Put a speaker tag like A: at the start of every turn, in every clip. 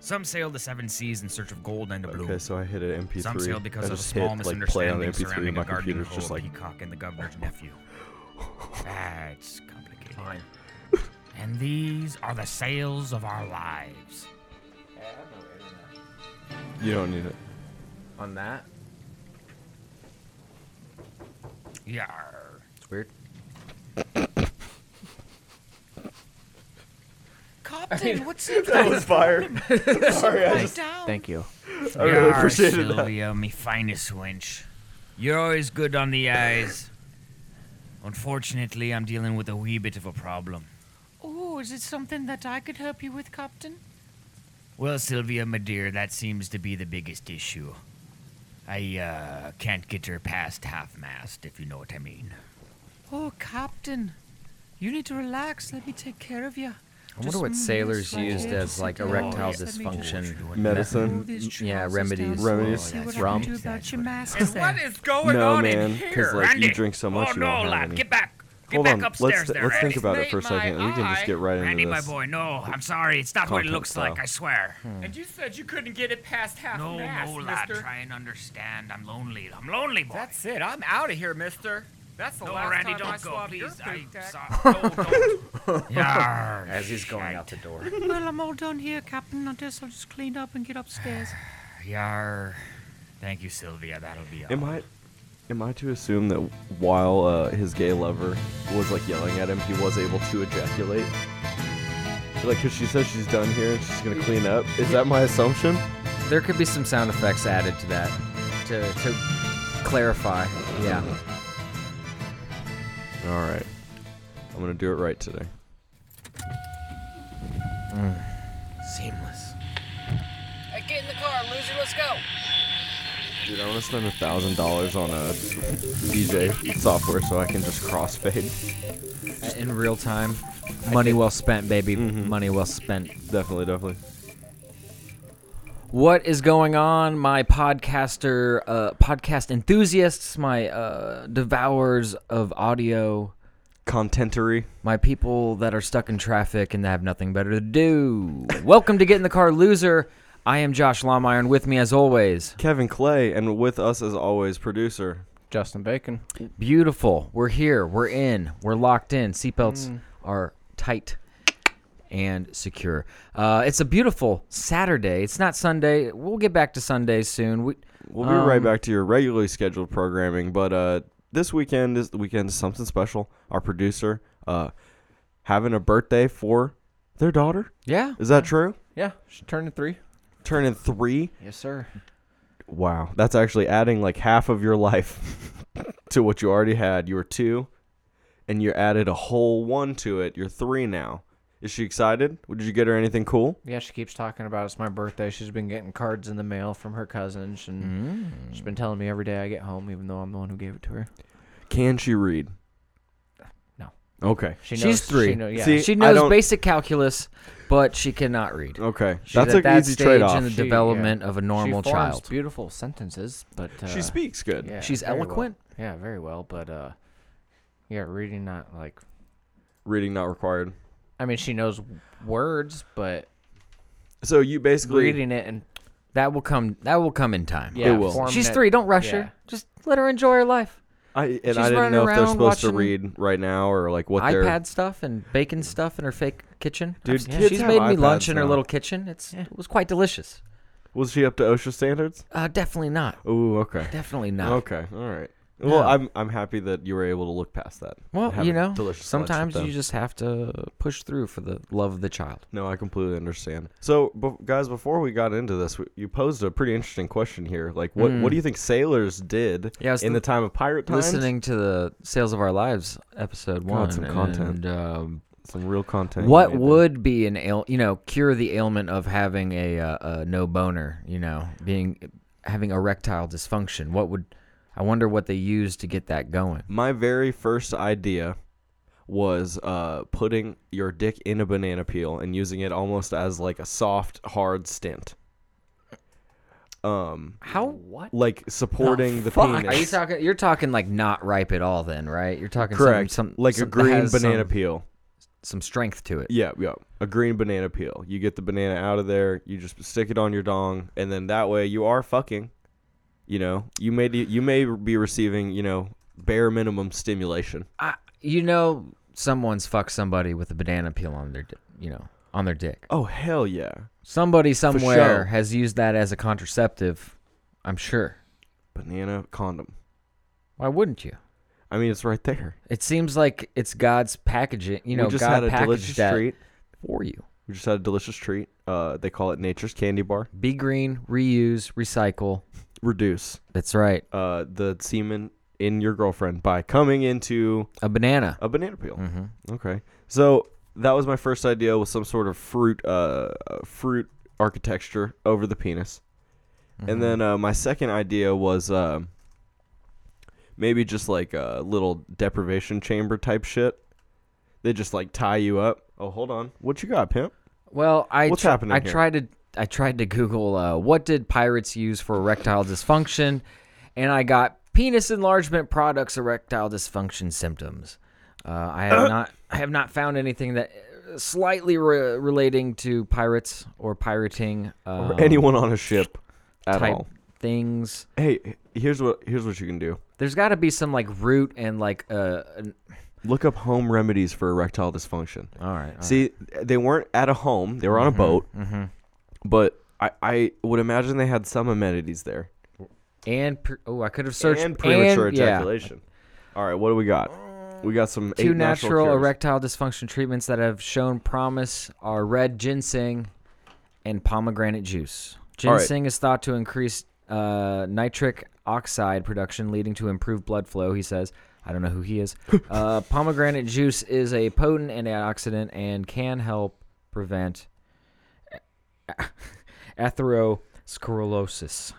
A: Some sail the seven seas in search of gold and a blue.
B: Okay, so I hit an MP3.
A: Some sailed because
B: I
A: of a
B: just
A: small
B: hit, like, play on
A: misunderstanding
B: the MP3
A: surrounding
B: and my
A: a gardening
B: computer's
A: hole,
B: just like,
A: peacock, and the governor's nephew. That's complicated. And these are the sails of our lives.
B: you don't need it.
C: On that,
A: Yar.
C: it's weird.
A: Copton, what's it
B: That was fire. Sorry, I just.
A: down?
C: Thank you.
B: I really
A: Yar,
B: appreciated that.
A: Sylvia, me finest wench. You're always good on the eyes. Unfortunately, I'm dealing with a wee bit of a problem. Oh, is it something that I could help you with, Captain? Well, Sylvia, my dear, that seems to be the biggest issue. I uh, can't get her past half mast, if you know what I mean.
D: Oh, Captain, you need to relax. Let me take care of you.
C: I wonder what sailors used as like erectile
A: Yes,
C: dysfunction.
B: Medicine.
C: yeah, remedies.
B: Remedies.
D: See what I
C: Rum.
D: can do about your master.
A: And what is going
B: No,
A: on
B: man,
A: in
B: 'cause,
A: here?
B: like, you
A: Randy?
B: drink so much,
A: Oh
B: you don't
A: no,
B: have
A: lad,
B: any.
A: get back. Get
B: Hold
A: back
B: on, let's
A: upstairs
B: th-
A: there,
B: let's
A: Randy.
B: think about it for a second. We can just get right into
A: Randy, my
B: this.
A: boy, no, I'm sorry. It's not what it
B: Content
A: looks like,
B: style.
A: I swear.
C: uh,
E: And you said you couldn't get it past half
A: No,
E: mast,
A: no, lad,
E: mister.
A: try and understand. I'm lonely. I'm lonely, boy.
E: That's it. I'm out of here, mister. That's the
A: no,
E: last
A: Randy,
E: time I
A: don't go,
E: swabbed your
A: please. I'm
E: big dick.
A: sorry. No, don't. Yarr,
C: As he's going out the
A: shite.
C: door.
D: Well, I'm all done here, Captain. I guess I'll just clean up and get upstairs.
A: Yarr. Thank you, Sylvia. That'll be all.
B: Am I, am I to assume that while uh, his gay lover was like yelling at him, he was able to ejaculate? Like, cause she says she's done here and she's gonna clean up. Is that my assumption?
C: There could be some sound effects added to that to to clarify. Yeah.
B: All right, I'm gonna do it right today.
A: Seamless.
F: Hey, get in the car, loser. Let's go.
B: Dude, I want to spend a thousand dollars on a DJ software so I can just crossfade.
C: In real time. Money well spent, baby.
B: Mhm.
C: Money well spent.
B: Definitely, definitely.
C: What is going on, my podcaster, uh, podcast enthusiasts, my uh, devourers of audio,
B: Contentery.
C: my people that are stuck in traffic and have nothing better to do? Welcome to Get in the Car, Loser. I am Josh Lomire, and with me, as always,
B: Kevin Clay, and with us as always, producer.
G: Justin Bacon.
C: beautiful. We're here. We're in. We're locked in. Seatbelts
G: Mm.
C: are tight and secure. Uh, it's a beautiful Saturday. It's not Sunday. We'll get back to Sundays soon. We,
B: We'll be right
C: Um,
B: back to your regularly scheduled programming, but uh, this weekend is the weekend is something special. Our producer uh, having a birthday for their daughter.
C: yeah.
B: Is that true?
G: Yeah, she turned to three.
B: Turning three.
G: Yes, sir.
B: Wow, that's actually adding like half of your life to what you already had. You were two, and you added a whole one to it. You're three now. Is she excited? Did you get her anything cool?
G: Yeah, she keeps talking about it's my birthday. She's been getting cards in the mail from her cousins, and
C: Mm.
G: she's been telling me every day I get home, even though I'm the one who gave it to her.
B: Can she read?
G: No.
B: Okay.
G: She
C: She's
G: knows,
C: three.
G: She know, yeah.
B: See,
C: She
B: I
C: knows
B: don't-
C: basic calculus, but she cannot read.
B: Okay.
C: She's
B: That's
C: at
B: an
C: that
B: easy
C: stage
B: trade off.
C: in the
G: She- yeah.
C: development of a normal
G: she forms
C: child.
G: Beautiful sentences, but uh,
B: She speaks good.
G: yeah,
C: She's
G: very well.
C: eloquent.
G: Yeah, very well. But uh, yeah, reading not like.
B: Reading not required.
G: I mean, she knows words, but
B: So you basically
G: reading it and
C: That will come. That will come in time.
G: yeah,
B: will.
G: forming
C: She's
G: it-
C: three. Don't rush
G: yeah.
C: her. Just let her enjoy her life.
B: I and
C: She's
B: I didn't
C: running
B: know if they're
C: around
B: supposed to
C: watching
B: read right now or like what they're
C: iPad stuff and bacon stuff in her fake kitchen.
B: Dude,
C: Yeah,
B: kids
C: she's
B: have
C: made me lunch
B: iPads
C: in her
B: now.
C: little kitchen. It's it was quite delicious.
B: Was she up to OSHA standards?
C: Uh, definitely not.
B: Ooh, okay.
C: Definitely not.
B: Okay. All right. Well, I'm I'm happy that you were able to look past that.
C: Well,
B: Have
C: you
B: a
C: know,
B: delicious lunch with
C: sometimes
B: them.
C: you just have to push through for the love of the child.
B: No, I completely understand. So, b- guys, before we got into this, we, you posed a pretty interesting question here. Like, what what do you think sailors did
C: Mm. Yeah, I was
B: in the
C: li-
B: time of pirate times?
C: Listening to the Sales of Our Lives episode
B: God,
C: one,
B: some content.
C: and, um,
B: Some real content. you
C: what
B: made there.
C: would be an ail, you know, cure the ailment of having a, uh, a no boner, you know, being having erectile dysfunction? What would I wonder what they used to get that going?
B: my very first idea was uh, putting your dick in a banana peel and using it almost as like a soft, hard stint. Um,
C: How
G: what?
B: like supporting the,
C: Fuck. Are you
B: penis.
C: talking? You're talking like not ripe at all, then, right? You're talking
B: Correct.
C: Some, some,
B: like
C: some-
B: a
C: that
B: green
C: has
B: banana
C: some-
B: peel.
C: some strength to it.
B: Yeah, yeah. A green banana peel. You get the banana out of there. You just stick it on your dong, and then that way you are fucking. You know, you may you may be receiving you know bare minimum stimulation.
C: I, you know, someone's fucked somebody with a banana peel on their, di- you know, on their dick.
B: Oh hell yeah!
C: Somebody somewhere
B: sure.
C: has used that as a contraceptive. I'm sure.
B: Banana condom.
C: Why wouldn't you?
B: I mean, it's right there.
C: It seems like it's God's packaging. You know,
B: we just had
C: God
B: a delicious
C: packaged that
B: treat.
C: for you.
B: We just had a delicious treat. Uh, they call it Nature's Candy Bar.
C: Be green, reuse, recycle.
B: Reduce
C: That's right.
B: uh, the semen in your girlfriend by coming into
C: A banana.
B: A banana peel.
C: Mm-hmm.
B: Okay. So that was my first idea with some sort of fruit, uh, uh, fruit architecture over the penis, and then
C: Mm-hmm.
B: uh, my second idea was um maybe just like a little deprivation chamber type shit. They just like tie you up. Oh, hold on. What you got, pimp?
C: Well, I
B: What's
C: tr-
B: happening
C: I
B: here?
C: tried to I tried to Google uh, what did pirates use for erectile dysfunction, and I got penis enlargement products erectile dysfunction symptoms. Uh, I
B: Uh-huh.
C: have not I have not found anything that uh, slightly re- relating to pirates or pirating um,
B: Or anyone on a ship at
C: type
B: all?
C: things.
B: Hey, here's what here's what you can do.
C: There's got to be some like root and like uh, an-
B: Look up home remedies for erectile dysfunction.
C: all right. all
B: See, they weren't at a home; they were on a boat. But I, I would imagine they had some amenities there
C: right. and pre- oh, I could have searched
B: and premature
C: and- yeah.
B: ejaculation. All right, what do we got? We got some
C: Two
B: um, eight
C: natural,
B: cures.
C: erectile dysfunction treatments that have shown promise are red ginseng and pomegranate juice.
B: All right.
C: Ginseng is thought to increase uh, nitric oxide production, leading to improved blood flow, he says. I don't know who he is. uh, pomegranate juice is a potent antioxidant and can help prevent e-, atherosclerosis.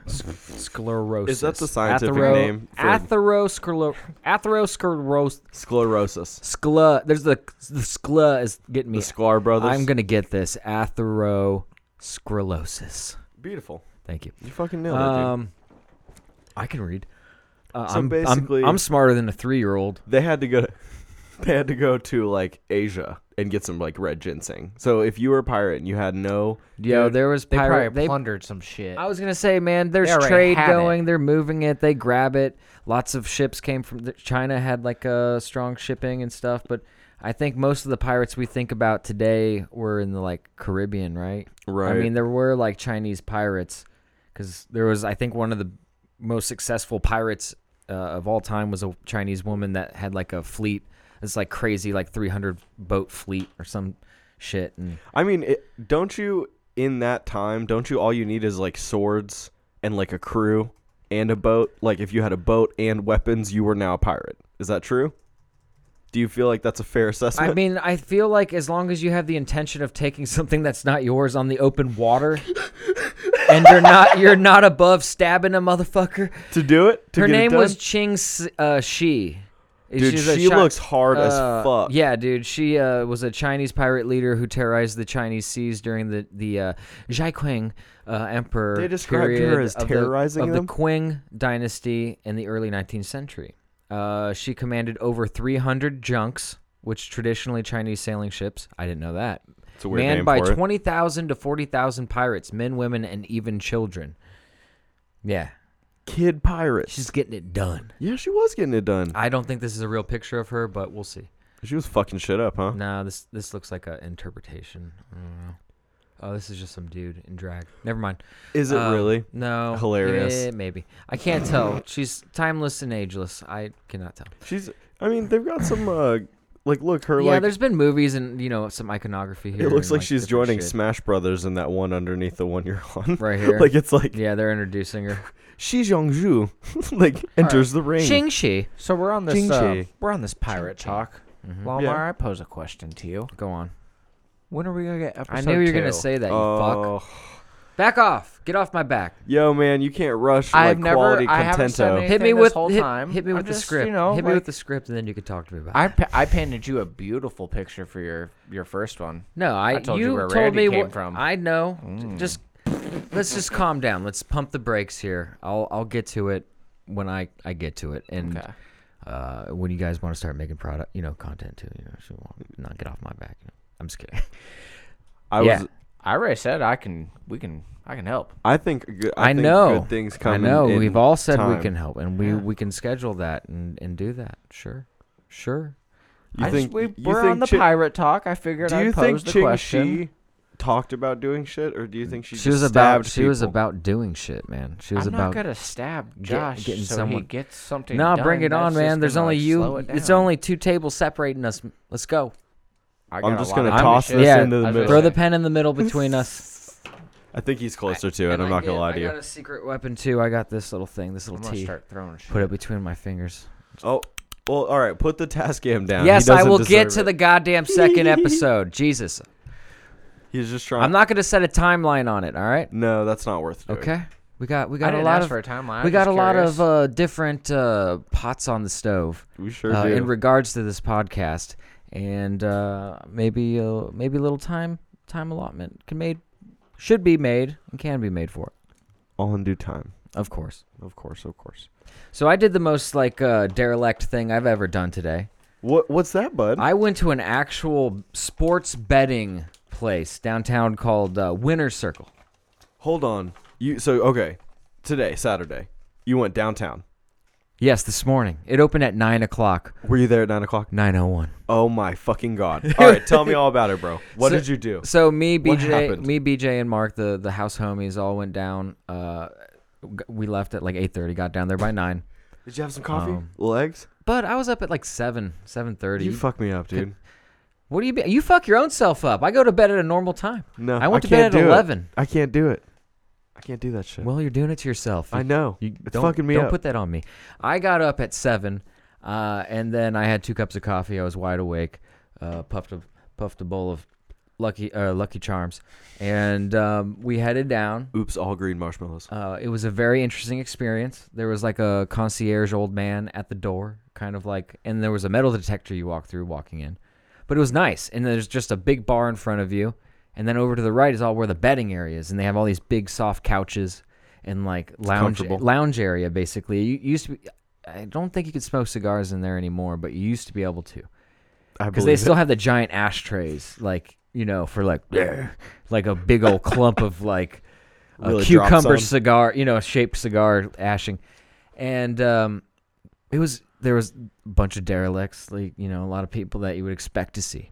C: Sclerosis.
B: Is that the scientific
C: Athero-
B: name for-
C: Atherosclero- atherosclerosis.
B: sclerosis.
C: Skla. There's the the skla is getting me.
B: The Sklar brothers.
C: I'm gonna get this atherosclerosis.
B: Beautiful.
C: Thank you.
B: You fucking nailed it, dude.
C: Um, I can read. Uh,
B: So
C: I'm,
B: basically-
C: I'm, I'm smarter than a three year old.
B: they had to go to they had to go to like Asia and get some like red ginseng. So if you were a pirate and you had no
C: Yo,
B: Dude,
C: there was
G: They Uh,
C: pirate.
G: probably
C: They,
G: plundered some shit.
C: I was gonna say, man, there's
G: They already
C: trade
G: had it.
C: going. They're moving it. They grab it. Lots of ships came from the, China. Had like a strong shipping and stuff, but. I think most of the pirates we think about today were in the like Caribbean, right?
B: right,
C: I mean, there were like Chinese pirates because there was, I think, one of the most successful pirates uh, of all time was a Chinese woman that had like a fleet. It's like crazy, like 300 boat fleet or some shit. And
B: I mean, it, don't you in that time? Don't you all you need is like swords and like a crew and a boat? Like if you had a boat and weapons, you were now a pirate. Is that true? Do you feel like that's a fair assessment?
C: I mean, I feel like as long as you have the intention of taking something that's not yours on the open water. and you're not you're not above stabbing a motherfucker.
B: to do it. To
C: Her
B: get it
C: name was
B: done?
C: Ching S- uh, Shi.
B: Dude,
C: She's a
B: she
C: Chi-
B: looks hard as
C: uh,
B: fuck.
C: Yeah, dude, she uh, was a Chinese pirate leader who terrorized the Chinese seas during the the uh, Zhai Qing uh, emperor.
B: They described her
C: period
B: as
C: of the-
B: terrorizing
C: of the,
B: them?
C: Qing dynasty in the early 19th century. Uh, she commanded over 300 junks, which traditionally Chinese sailing ships. I didn't know that.
B: It's a weird
C: manned
B: name
C: by
B: for it.
C: 20,000 to 40,000 pirates, men, women, and even children. Yeah,
B: Kid pirate.
C: she's getting it done.
B: yeah, she was getting it done.
C: I don't think this is a real picture of her, but we'll see.
B: She was fucking shit up, huh?
C: No, this this looks like an interpretation. I don't know. Oh, this is just some dude in drag. Never mind.
B: Is it
C: Uh,
B: really?
C: No.
B: Hilarious.
C: eh, maybe. I can't tell. She's timeless and ageless. I cannot tell.
B: She's. I mean, they've got some. uh Like, look, her.
C: yeah,
B: like,
C: there's been movies and you know some iconography here.
B: It looks
C: and,
B: like, she's
C: different
B: joining
C: shit.
B: Smash Brothers in that one underneath the one you're on.
C: Right here.
B: like it's like
C: Yeah, they're introducing her.
B: Shi Zhu like enters the ring.
C: Ching Shi.
G: so we're on this.
B: Ching
G: Uh,
B: chi.
G: we're on this pirate talk.
C: Mm-hmm.
G: Walmart,
B: Yeah.
G: I pose a question to you.
C: Go on.
G: When are we gonna get episode
C: I knew you were
G: two?
C: gonna say that. You
B: Oh,
C: fuck. Back off. Get off my back.
B: yo, man, you can't rush
G: I've
B: like
G: never-
B: quality
G: I haven't said
B: contento.
G: anything.
C: Hit me
G: this
C: with
G: whole
C: hit,
G: time.
C: hit me
G: I'm
C: with
G: just,
C: the
G: you
C: script.
G: know,
C: hit me with
G: like-
C: the script, and then you can talk to me about. it.
G: I, pa- I painted you a beautiful picture for your your first one.
C: No, I,
G: told you
C: you,
G: where
C: told
G: Randy
C: me
G: came
C: wh-
G: from. Mm.
C: I know. J- Just let's just calm down. Let's pump the brakes here. I'll I'll get to it when I I get to it, and
G: Okay.
C: uh, when you guys want to start making product, you know, content too. You know, she won't not get off my back. You know. I'm just kidding.
B: I
C: Yeah.
B: was.
G: I already said I can. We can. I can help.
B: I think. good-
C: I,
B: I, think
C: know.
B: Good things come.
C: I
B: in-
C: know.
B: in
C: We've all said we
B: time.
C: can help, and we
G: Yeah.
C: we can schedule that and and do that. Sure, sure.
B: You
G: I
B: think
G: just, we,
B: you
G: we're
B: think
G: on the
B: Chi-
G: pirate talk. I figured
B: Do
G: I'd
B: you
G: pose
B: think
G: the
B: Ching
G: question.
B: Shi talked about doing shit, or do you think she,
C: She
B: just
C: was about.
B: stabbed
C: She was
B: people?
C: about doing shit, man. She was
G: I'm
C: about.
G: not gonna stab
C: get-
G: Josh
C: getting
G: so
C: someone-
G: he gets something.
C: No,
G: done.
C: bring it
G: That's
C: on,
G: just
C: man. There's
G: gonna,
C: only
G: like,
C: you.
G: slow it
C: it's
G: down.
C: only two tables separating us. Let's go.
G: I got
B: I'm
G: a
B: just
G: lot
B: gonna
G: of
B: toss
G: shit.
B: this
C: Yeah,
B: into
G: I
B: the
G: was
B: middle.
C: Throw the pen in the middle between us.
B: I think he's closer to it. I'm
C: I
B: not
C: get-
B: gonna lie
C: I
B: to you.
C: got a secret weapon too. I got this little thing, this
G: I'm
C: little
G: gonna
C: T.
G: start throwing shit.
C: Put it between my fingers.
B: Oh, well, all right. Put the task cam down. He
C: yes, I
B: doesn't
C: will get
B: deserve
C: to
B: it.
C: the goddamn second episode. Jesus,
B: He's just trying.
C: I'm not gonna set a timeline on it. All right.
B: No, that's not worth doing.
C: Okay. We got we
G: I
C: got a
G: didn't
C: lot
G: ask
C: of
G: for a timeline. I'm
C: we got
G: just
C: a lot
G: curious.
C: of uh, different uh, pots on the stove
B: We sure
C: uh,
B: do.
C: in regards to this podcast, and uh, maybe uh, maybe a little time time allotment can made should be made and can be made for it,
B: All in due time.
C: of course.
B: Of course, of course.
C: So I did the most like uh, derelict thing I've ever done today.
B: What? What's that, bud?
C: I went to an actual sports betting place downtown called uh, Winner Circle.
B: Hold on. You so okay? Today, Saturday, you went downtown.
C: Yes, this morning it opened at nine o'clock,
B: Were you there at nine o'clock?
C: nine o one.
B: Oh my fucking god! All right, tell me all about it, bro. What
C: So-
B: did you do?
C: So me,
B: What
C: BJ,
B: happened?
C: me, BJ, and Mark, the the house homies, all went down. Uh, g- we left at like eight thirty. Got down there by nine.
B: Did you have some coffee?
C: Um,
B: Legs?
C: But I was up at like seven, seven thirty.
B: You fuck me up, dude.
C: what do you? Be- you fuck your own self up. I go to bed at a normal time.
B: No,
C: I went to
B: can't
C: bed at
B: do it.
C: eleven.
B: I can't do it. I can't do that shit.
C: Well, you're doing it to yourself.
B: I know.
C: You
B: it's
C: don't,
B: fucking me
C: don't
B: up.
C: put that on me. I got up at seven, uh, and then I had two cups of coffee. I was wide awake, uh, puffed a puffed a bowl of lucky uh, Lucky Charms, and um, we headed down.
B: Oops, all green marshmallows.
C: Uh, it was a very interesting experience. There was like a concierge old man at the door, kind of like, and there was a metal detector you walk through walking in. But it was nice. And there's just a big bar in front of you. And then over to the right is all where the betting area is. And they have all these big soft couches and like lounge,
B: comfortable.
C: lounge area, basically. You you used to be, I don't think you could smoke cigars in there anymore, but you used to be able to
B: I believe
C: because they
B: it.
C: still have the giant ashtrays, like you know, for like like a big old clump of like a
B: Really drops
C: cucumber
B: on.
C: cigar, you know, shaped cigar ashing, and um, it was there was a bunch of derelicts, like you know, a lot of people that you would expect to see,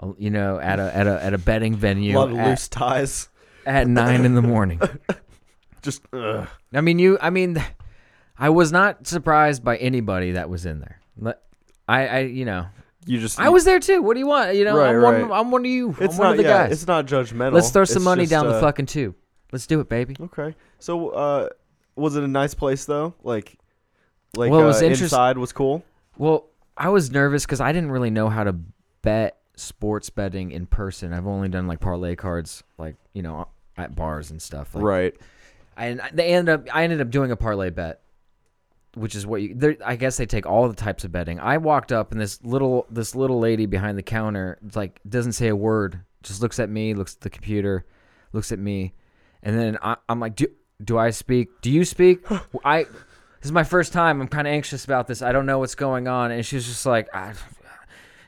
C: uh, you know, at a at a at a betting
B: a
C: venue
B: lot of
C: at,
B: loose ties.
C: at nine in the morning.
B: Just ugh.
C: I mean, you. I mean, I was not surprised by anybody that was in there. But I, I, you know,
B: you just.
C: I was there too. What do you want? You know,
B: Right,
C: I'm,
B: right.
C: One, I'm one of you.
B: It's
C: I'm one
B: not.
C: of the
B: yeah,
C: guys.
B: it's not judgmental.
C: Let's throw some
B: It's
C: money
B: just,
C: down the
B: uh,
C: fucking tube. Let's do it, baby.
B: Okay. So, uh, was it a nice place though? Like, like
C: Well, it
B: uh,
C: was interest-
B: inside was cool.
C: Well, I was nervous because I didn't really know how to bet sports betting in person. I've only done like parlay cards, like you know, at bars and stuff. Like,
B: right.
C: And I- they ended up. I ended up doing a parlay bet, which is what you. they're- I guess they take all the types of betting. I walked up and this little this little lady behind the counter it's like doesn't say a word, just looks at me, looks at the computer, looks at me, and then I, I'm like, do do I speak? Do you speak? I. This is my first time. I'm kind of anxious about this. I don't know what's going on. And she's just like, I,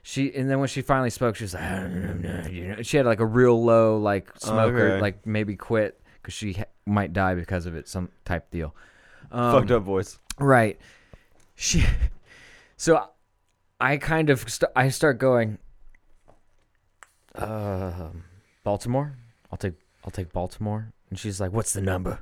C: she. And then when she finally spoke, she was like, I don't know, you know. she had like a real low, like smoker,
B: Okay.
C: like maybe quit because she ha- might die because of it, some type deal. Um,
B: Fucked up voice.
C: Right. She. So, I kind of st- I start going. Um, Baltimore. I'll take I'll take Baltimore. And she's like, "What's the number?"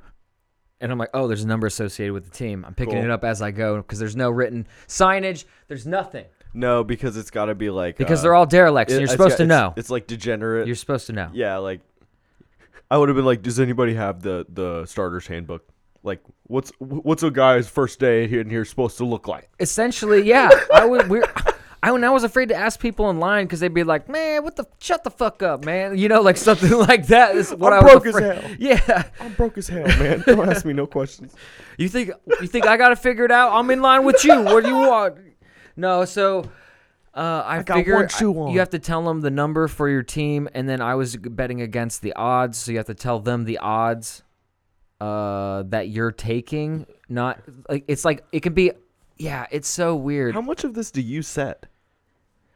C: And I'm like, "Oh, there's a number associated with the team." I'm picking
B: Cool.
C: it up as I go because there's no written signage. There's nothing
B: No, because it's got to be like
C: because
B: uh,
C: they're all derelicts.
B: it-
C: and you're
B: it's
C: supposed
B: got-
C: to
B: it's-
C: know.
B: It's like degenerate.
C: You're supposed to know.
B: yeah, like I would have been like, does anybody have the the starter's handbook? Like, what's wh- what's a guy's first day here and here supposed to look like?
C: Essentially, yeah. I was we're. I, and I was afraid to ask people in line because they'd be like, "Man, what the? Shut the fuck up, man!" You know, like something like that. Is what
B: I'm
C: I was
B: broke as
C: afraid-
B: hell.
C: Yeah.
B: I'm broke as hell, man. Don't ask me no questions.
C: You think you think I gotta figure it out? I'm in line with you. What do you want? No, so uh, I,
B: got
C: figured
B: one shoe
C: I-
B: on.
C: you have to tell them the number for your team, and then I was betting against the odds, so you have to tell them the odds uh, that you're taking. Not like it's like it can be yeah, it's so weird.
B: How much of this do you set?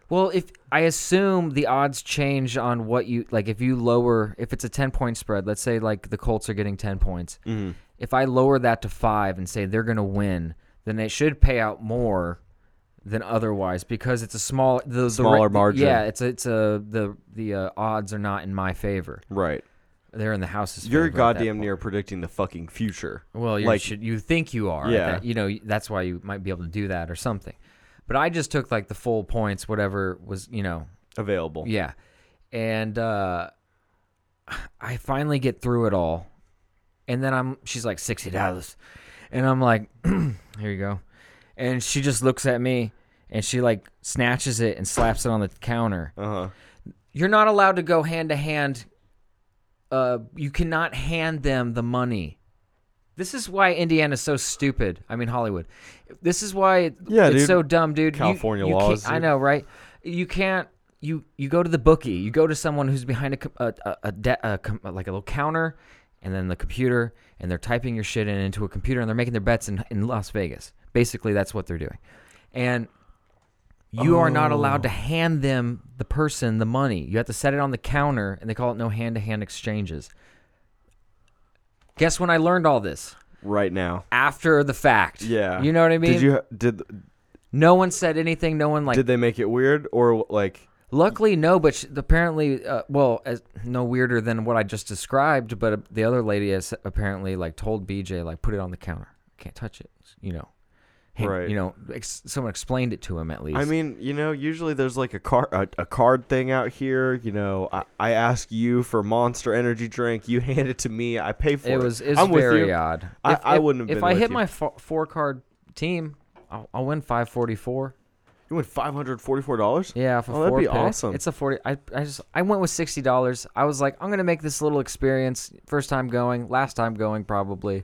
C: Well, if I assume the odds change on what you like, if you lower, if it's a ten point spread, let's say like the Colts are getting ten points.
B: Mm-hmm.
C: If I lower that to five and say they're going to win, then it should pay out more than otherwise because it's a small the, the
B: Smaller
C: ra-
B: margin.
C: Yeah, it's it's a the the uh, odds are not in my favor.
B: Right.
C: They're in the house's.
B: You're
C: favor at that
B: goddamn
C: point.
B: near predicting the fucking future.
C: Well, you
B: like,
C: should you think you are?
B: Yeah.
C: that- you know that's why you might be able to do that or something. But I just took like the full points, whatever was you know
B: available.
C: yeah. And uh I finally get through it all. And then I'm she's like sixty dollars. And I'm like, here you go. And she just looks at me and she like snatches it and slaps it on the counter.
B: Uh huh.
C: You're not allowed to go hand to hand. Uh you cannot hand them the money. This is why Indiana's so stupid. I mean Hollywood. This is why it-
B: Yeah,
C: it's
B: dude.
C: so dumb, dude. You-
B: California
C: you can't-
B: laws,
C: I
B: dude.
C: know, right? You can't. You you go to the bookie. You go to someone who's behind a co- a, a, a, de- a com- like a little counter, and then the computer, and they're typing your shit in into a computer, and they're making their bets in in Las Vegas. Basically, that's what they're doing, and. You are
B: Oh.
C: not allowed to hand them the person the money. You have to set it on the counter, and they call it no hand-to-hand exchanges. Guess when I learned all this?
B: Right now.
C: After the fact.
B: Yeah.
C: You know what I mean?
B: Did you did
C: no one said anything. No one like
B: did they make it weird or like
C: Luckily, no, but she, apparently, uh, well, as, no weirder than what I just described. But uh, the other lady has apparently like told BJ like put it on the counter, can't touch it. You know, Hey,
B: Right.
C: You know, ex- someone explained it to him at least.
B: I mean, you know, usually there's like a card a, a card thing out here, you know, I, I ask you for Monster Energy drink, you hand it to me, I pay for it.
C: it was it's
B: I'm with
C: very
B: you.
C: odd.
B: I- I wouldn't have
C: If
B: been
C: I
B: with
C: hit
B: you.
C: my fo- four card team, I'll, I'll win five forty four.
B: You went $544?
C: Yeah, for
B: Oh, that'd
C: four
B: be
C: pick.
B: awesome.
C: It's a forty. I, I just I went with sixty dollars. I was like, I'm gonna make this little experience. First time going, last time going, probably.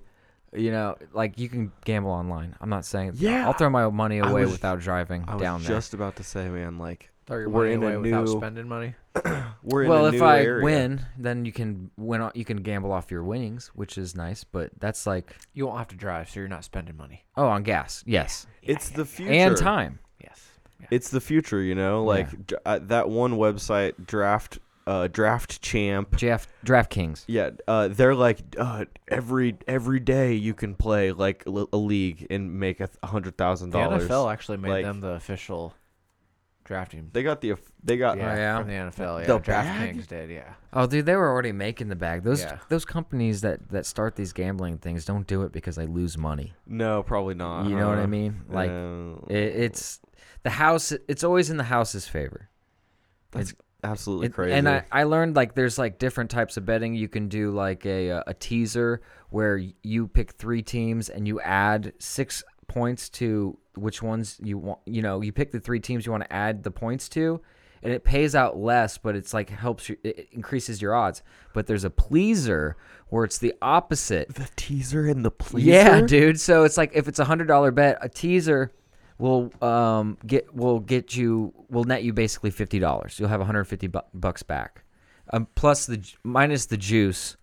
C: You know, like you can gamble online. I'm not saying.
B: Yeah.
C: I'll throw my money
B: I
C: away
B: was-
C: without driving
B: I was
C: down
B: just about to say, man, like
G: Throw your
B: We're
G: money
B: in a
G: away without
B: new-
G: spending money.
B: we're
C: there.
B: in
C: Well,
B: a
C: if
B: new
C: I
B: area.
C: win, then you can win. o- You can gamble off your winnings, which is nice. But that's like,
G: You won't have to drive, so you're not spending money.
C: oh, on gas, yes,
B: it's the future.
C: and time.
G: Yes.
B: it's the future, you know. Like dr- uh, that one website, draft, uh, draft champ.
C: Jeff DraftKings.
B: Yeah, uh, they're like uh, every every day you can play like l- a league and make a th- a hundred thousand
G: The
B: dollars.
G: NFL actually made
B: Like-
G: them the official drafting.
B: They got the f- they got
C: Oh, yeah?
G: from the NFL. Yeah,
B: The bag?
G: DraftKings did. Yeah,
C: Oh, dude, they were already making the bag. Those
G: Yeah.
C: those companies that that start these gambling things don't do it because they lose money.
B: no, probably not.
C: You know what I
B: Uh,
C: mean? Like
B: no.
C: it, it's the house. It's always in the house's favor.
B: that's absolutely
C: It-
B: crazy.
C: And I, I learned like there's like different types of betting. You can do like a uh, a teaser where y- you pick three teams and you add six points to which ones you want. You know, you pick the three teams you want to add the points to, and it pays out less, but it's like helps you. It it increases your odds. But there's a pleaser where it's the opposite.
B: the teaser and the pleaser.
C: Yeah, dude. So it's like if it's a hundred dollar bet, a teaser will um get will get you will net you basically fifty dollars. You'll have one hundred fifty bu- bucks back, um, plus the ju- minus the juice.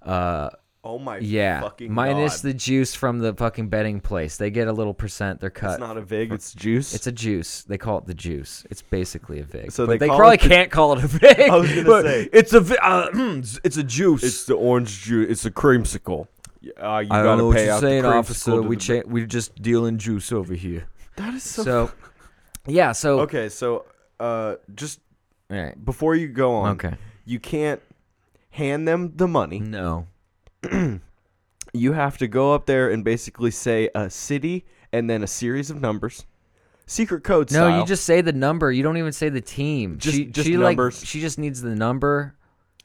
C: Uh,
B: Oh my
C: yeah,
B: fucking
C: minus
B: God.
C: the juice from the fucking betting place. They get a little percent. They're cut.
B: It's not a vig, it's juice.
C: It's a juice. They call it the juice. It's basically a vig.
B: So
C: but
B: they
C: they,
B: call
C: probably
B: it the-
C: can't call it a vig.
B: I was gonna
C: but
B: say.
C: it's a vi- uh, it's a juice.
B: It's the orange juice. It's the creamsicle. Yeah, Uh, you gotta
C: I don't know what
B: pay
C: you're
B: out the
C: saying,
B: creamsicle
C: officer.
B: to
C: We
B: the-
C: cha- we're just dealing juice over here.
B: That is so.
C: So, yeah. So
B: okay, so uh, just
C: all right.
B: before you go on,
C: Okay.
B: you can't hand them the money.
C: No.
B: You have to go up there and basically say a city and then a series of numbers, secret code
C: No,
B: style,
C: you just say the number. You don't even say the team.
B: Just-
C: she,
B: just
C: she,
B: numbers.
C: Like, she just needs the number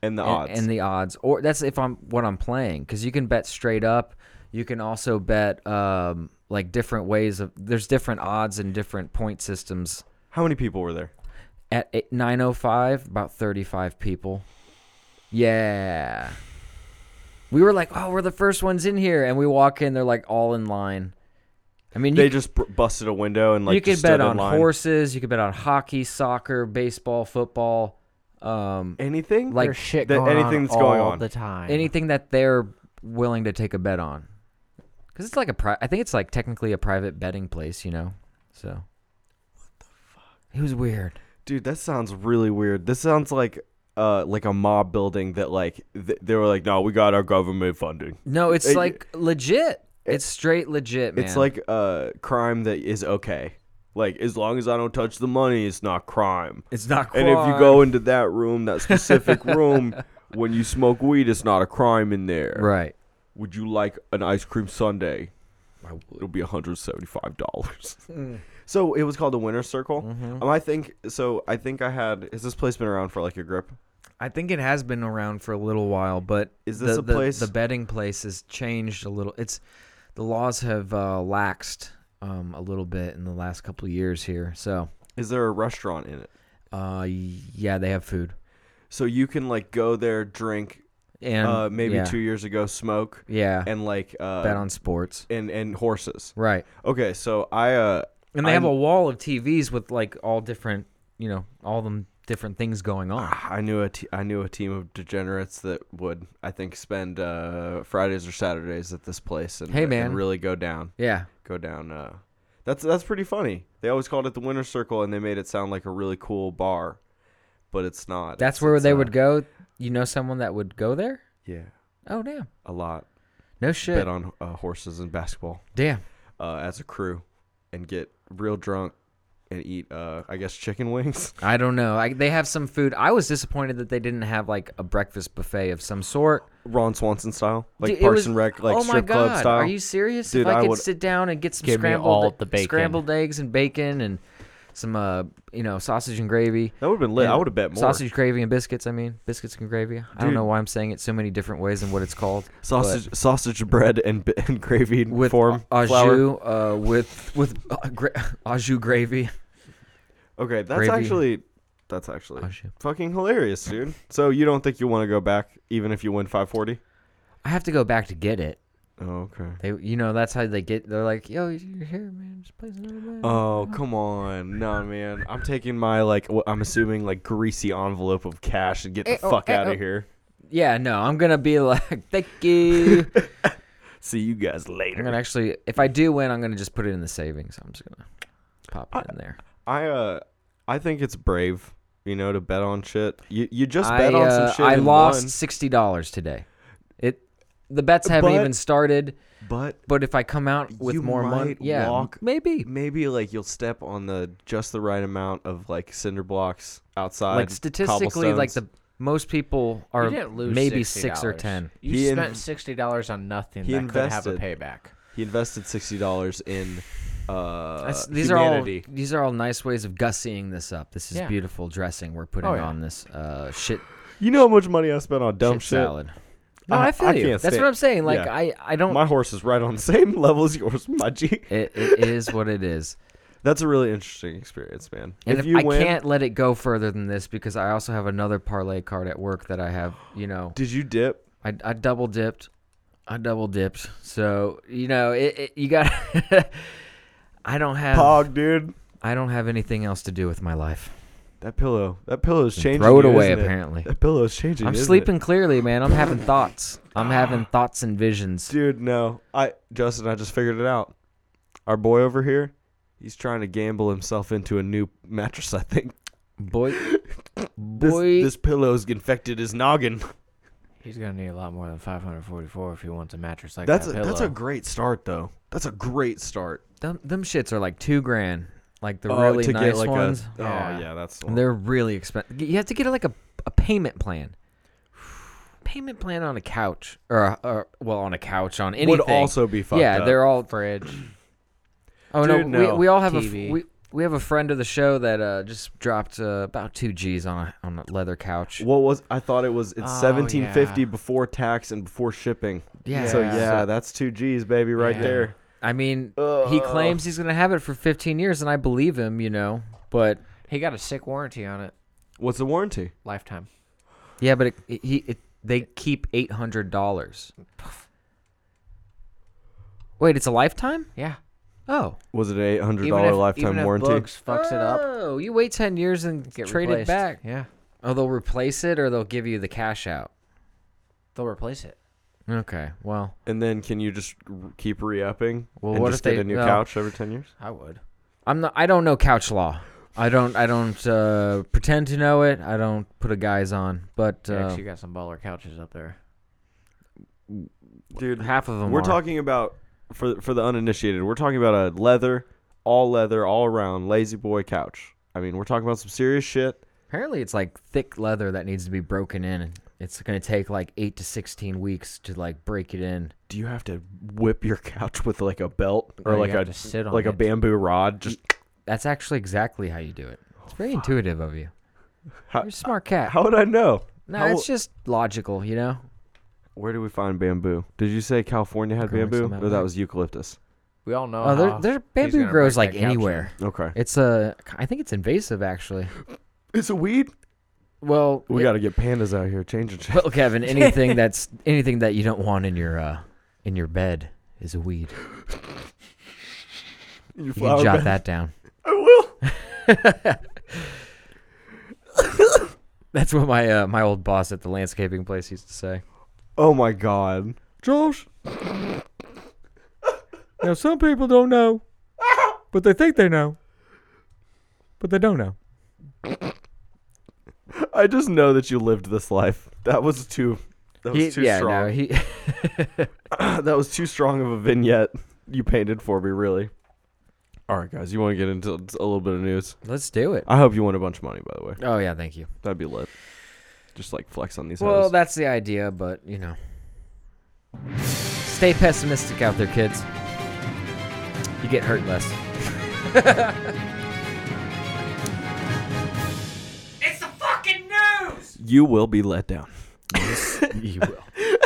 B: and the
C: and-
B: odds.
C: And, the odds. Or that's if I'm what I'm playing because you can bet straight up. You can also bet um, like different ways of. There's different odds and different point systems.
B: How many people were there?
C: At eight- 9:05, about 35 people. Yeah. We were like, oh, we're the first ones in here, and we walk in. They're like all in line. I mean, you
B: They just br- busted a window and like
C: you can
B: just stood
C: bet
B: in
C: on
B: line.
C: horses. You can bet on hockey, soccer, baseball, football, um,
B: Anything
C: Like,
G: there's shit
B: that-
G: going
B: anything
G: on
B: that's going
G: all
B: on.
G: the time.
C: anything that they're willing to take a bet on. Because it's like a pri- I think it's like technically a private betting place, you know. So. What the fuck? It was weird.
B: Dude, that sounds really weird. This sounds like uh like a mob building that like th- they were like, "No, we got our government funding."
C: No, it's
B: It-
C: like legit. It's straight legit, man.
B: It's like uh crime that is okay. Like as long as I don't touch the money, it's not crime.
C: it's not.
B: And if you go into that room, that specific room, when you smoke weed, it's not a crime in there.
C: right,
B: Would you like an ice cream sundae? It'll be $175. So it was called the Winner's Circle. Um, I think so. I think I had. Has this place been around for like a grip?
C: I think it has been around for a little while, but
B: Is this
C: the,
B: a
C: the-
B: place-
C: The betting place has changed a little. It's the laws have uh, laxed um, a little bit in the last couple of years here. So,
B: Is there a restaurant in it?
C: uh, yeah, they have food
B: So you can like go there, drink.
C: and
B: uh, maybe
C: yeah,
B: two years ago, smoke
C: Yeah,
B: and like uh,
C: bet on sports.
B: and and horses.
C: Right,
B: Okay, so I uh
C: and they have
B: I'm-
C: a wall of TVs with like all different, you know, all them different things going on.
B: Ah, I knew a t- I knew a team of degenerates that would I think spend uh, Fridays or Saturdays at this place and,
C: Hey,
B: and
C: man.
B: really go down
C: Yeah,
B: go down. Uh, that's that's pretty funny. They always called it the Winter Circle and they made it sound like a really cool bar, but it's not.
C: that's
B: It's-
C: where
B: it's,
C: they
B: uh,
C: would go. You know, someone that would go there.
B: Yeah,
C: Oh damn!
B: a lot
C: No shit.
B: bet on uh, horses and basketball
C: Damn.
B: uh, as a crew and get real drunk and eat uh, I guess chicken wings.
C: I don't know. I, they have some food. I was disappointed that they didn't have like a breakfast buffet of some sort.
B: Ron Swanson style, like
C: Dude, it
B: Parks
C: was-
B: and Rec, like
C: oh my
B: strip
C: God,
B: club style.
C: Are you serious?
B: Dude,
C: if I,
B: I
C: could
B: would-
C: sit down and get some
G: Give me
C: scrambled,
G: all the bacon.
C: scrambled eggs and bacon and some uh you know sausage and gravy.
B: that would have been lit. I
C: and
B: would have bet more.
C: Sausage, gravy, and biscuits. I mean, biscuits and gravy. I don't
B: Dude.
C: know why I'm saying it so many different ways and what it's called. but
B: sausage sausage bread and b- and gravy
C: with
B: form
C: au
B: flour.
C: jus, uh, with with uh, gra- au jus gravy.
B: Okay, that's
C: gravy.
B: actually that's actually
C: Au jus.
B: fucking hilarious, dude. So you don't think you want to go back even if you win 540?
C: I have to go back to get it.
B: Oh, okay.
C: They, you know, that's how they get. They're like, "Yo, you're here, man. Just play another man."
B: Oh, come on. No, man. I'm taking my like wh- I'm assuming like greasy envelope of cash and get the
C: Eh-oh,
B: fuck out
C: eh-oh.
B: of here.
C: Yeah, no, I'm gonna be like, thank you.
B: See you guys
C: I'm
B: later.
C: gonna actually, if I do win, I'm gonna just put it in the savings. I'm just gonna pop it in there.
B: I uh I think it's brave, you know, to bet on shit. You you just
C: I,
B: bet on some
C: uh,
B: shit
C: I
B: and
C: lost
B: won,
C: sixty dollars today. It, the bets haven't
B: But-
C: even started.
B: but
C: But if I come out with
B: You
C: more money,
B: might
C: yeah,
B: walk-
C: maybe
B: maybe like you'll step on the just the right amount of like cinder blocks outside.
C: like statistically, like the
B: cobblestones.
C: most people
G: You
C: are
G: didn't lose
C: maybe
G: $60.
C: six or ten.
G: You
B: He
G: spent
B: inv-
G: sixty dollars on nothing
B: He
G: that could have a
B: invested.
G: payback.
B: he invested sixty dollars in uh
C: That's- these
B: humanity.
C: are all these are all nice ways of gussying this up. This is
G: Yeah.
C: beautiful dressing we're putting
G: Oh, yeah.
C: on this uh, shit
B: you know how much money I spent on dumb
C: shit
B: shit.
C: salad.
B: I-
C: No, Oh, I, feel
B: I
C: you.
B: can't
C: That's
B: stand-
C: what I'm saying. Like
B: yeah.
C: I, I don't.
B: My horse is right on the same level as yours, my G.
C: it, it is what it is.
B: That's a really interesting experience, man.
C: And
B: if you
C: I
B: win,
C: can't let it go further than this because I also have another parlay card at work that I have. You know,
B: did you dip?
C: I, I double dipped. I double dipped. So you know, it, it you got. to I don't have.
B: Pog, dude.
C: I don't have anything else to do with my life.
B: That pillow. That pillow is changing.
C: Throw it
B: you,
C: away.
B: isn't
C: Apparently,
B: That pillow is changing.
C: I'm
B: isn't it?
C: sleeping clearly, man. I'm having thoughts. I'm having thoughts and visions.
B: Dude, no. I Justin, I just figured it out. Our boy over here, he's trying to gamble himself into a new mattress, I think.
C: Boy,
B: This,
C: boy,
B: this pillow's infected his noggin.
G: He's gonna need a lot more than five hundred forty-four if he wants a mattress like
B: That's a,
G: that.
B: that's
G: pillow.
B: a great start though. That's a great start.
C: them, them shits are like two grand. Like the
B: Oh,
C: really
B: to get,
C: nice
B: like, a-
C: ones.
B: oh
G: Yeah.
B: yeah, that's the
C: And
B: one.
C: They're really expensive. You have to get like a, a payment plan. Payment plan on a couch, or, a- or well, on a couch on anything.
B: would also be fucked
C: yeah,
B: up.
C: they're all.
G: fridge.
C: Oh
B: Dude,
C: no,
B: no.
C: We, we all have a
G: TV.
C: f- we, we have a friend of the show that uh, just dropped uh, about two G's on a, on a leather couch.
B: what was I thought it was it's
G: Oh,
B: 1750
G: yeah.
B: before tax and before shipping.
C: Yeah.
B: So
G: Yeah.
B: yeah, that's 2 G's baby right
G: Yeah.
B: there.
C: I mean, he claims he's gonna have it for 15 years, and I believe him, you know. But
G: He got a sick warranty on it,
B: What's the warranty?
G: lifetime.
C: yeah, but it, it- he it, they keep 800 dollars. Wait, it's a lifetime?
G: Yeah,
C: Oh.
B: Was it an $800
G: even if,
B: lifetime
G: even if
B: warranty?
G: Bugs fucks it up.
C: Oh, you wait 10 years and
G: Get
C: trade
G: replaced.
C: it back.
G: Yeah,
C: Oh, they'll replace it or they'll give you the cash out.
G: they'll replace it.
C: Okay. Well,
B: And then can you just r- keep re-upping
C: Well,
B: and
C: what
B: just
C: if
B: get
C: they-
B: a new
C: well-
B: couch every 10 years?
G: I would.
C: I'm not. I don't know couch law. I don't. I don't uh, pretend to know it. I don't put a guise on. But
G: They
C: uh,
G: actually got some baller couches up there.
B: Dude,
C: half of them.
B: we're
C: are.
B: talking about for for the uninitiated. We're talking about a leather, all leather, all around lazy boy couch. I mean, we're talking about some serious shit.
C: Apparently, it's like thick leather that needs to be broken in. and It's gonna take like eight to sixteen weeks to like break it in.
B: Do you have to whip your couch with like a belt or
G: No, you
B: like
G: have
B: a
G: to sit on
B: like a
G: it.
B: bamboo rod? Just
C: That's actually exactly how you do it. It's very intuitive of you.
B: How-
C: You're a smart cat.
B: how would I know?
C: no,
B: how-
C: it's just logical, you know.
B: Where do we find bamboo? Did you say California had
C: Growing
B: bamboo?
C: some out
B: Or that
C: back.
B: was eucalyptus.
G: We all know.
C: Oh,
G: how
C: there, there
G: he's
C: bamboo
G: gonna
C: grows
G: break
C: like
G: that couch in.
C: anywhere.
B: Okay.
C: It's a, I think it's invasive actually.
B: It's a weed.
C: Well,
B: We
C: it-
B: got to get pandas out here changing shit.
C: Well, Kevin, anything that's anything that you don't want in your uh, in your bed is a weed.
B: Your
C: You
B: flower
C: can jot
B: bed.
C: that down.
B: I will.
C: That's what my uh, my old boss at the landscaping place used to say.
B: Oh my god, Josh.
H: Now, some people don't know, but they think they know, but they don't know.
B: I just know that you lived this life. That was too. That was
C: He-
B: too
C: yeah,
B: strong.
C: no, he
B: that was too strong of a vignette you painted for me, really. All right, guys, you want to get into a little bit of news?
C: let's do it.
B: I hope you won a bunch of money, by the way.
C: Oh yeah, thank you.
B: That'd be lit. Just like flex on these
C: Well,
B: hoes.
C: that's the idea, but you know, stay pessimistic out there, kids. You get hurt less.
E: It's the fucking news!
B: you will be let down.
C: you will.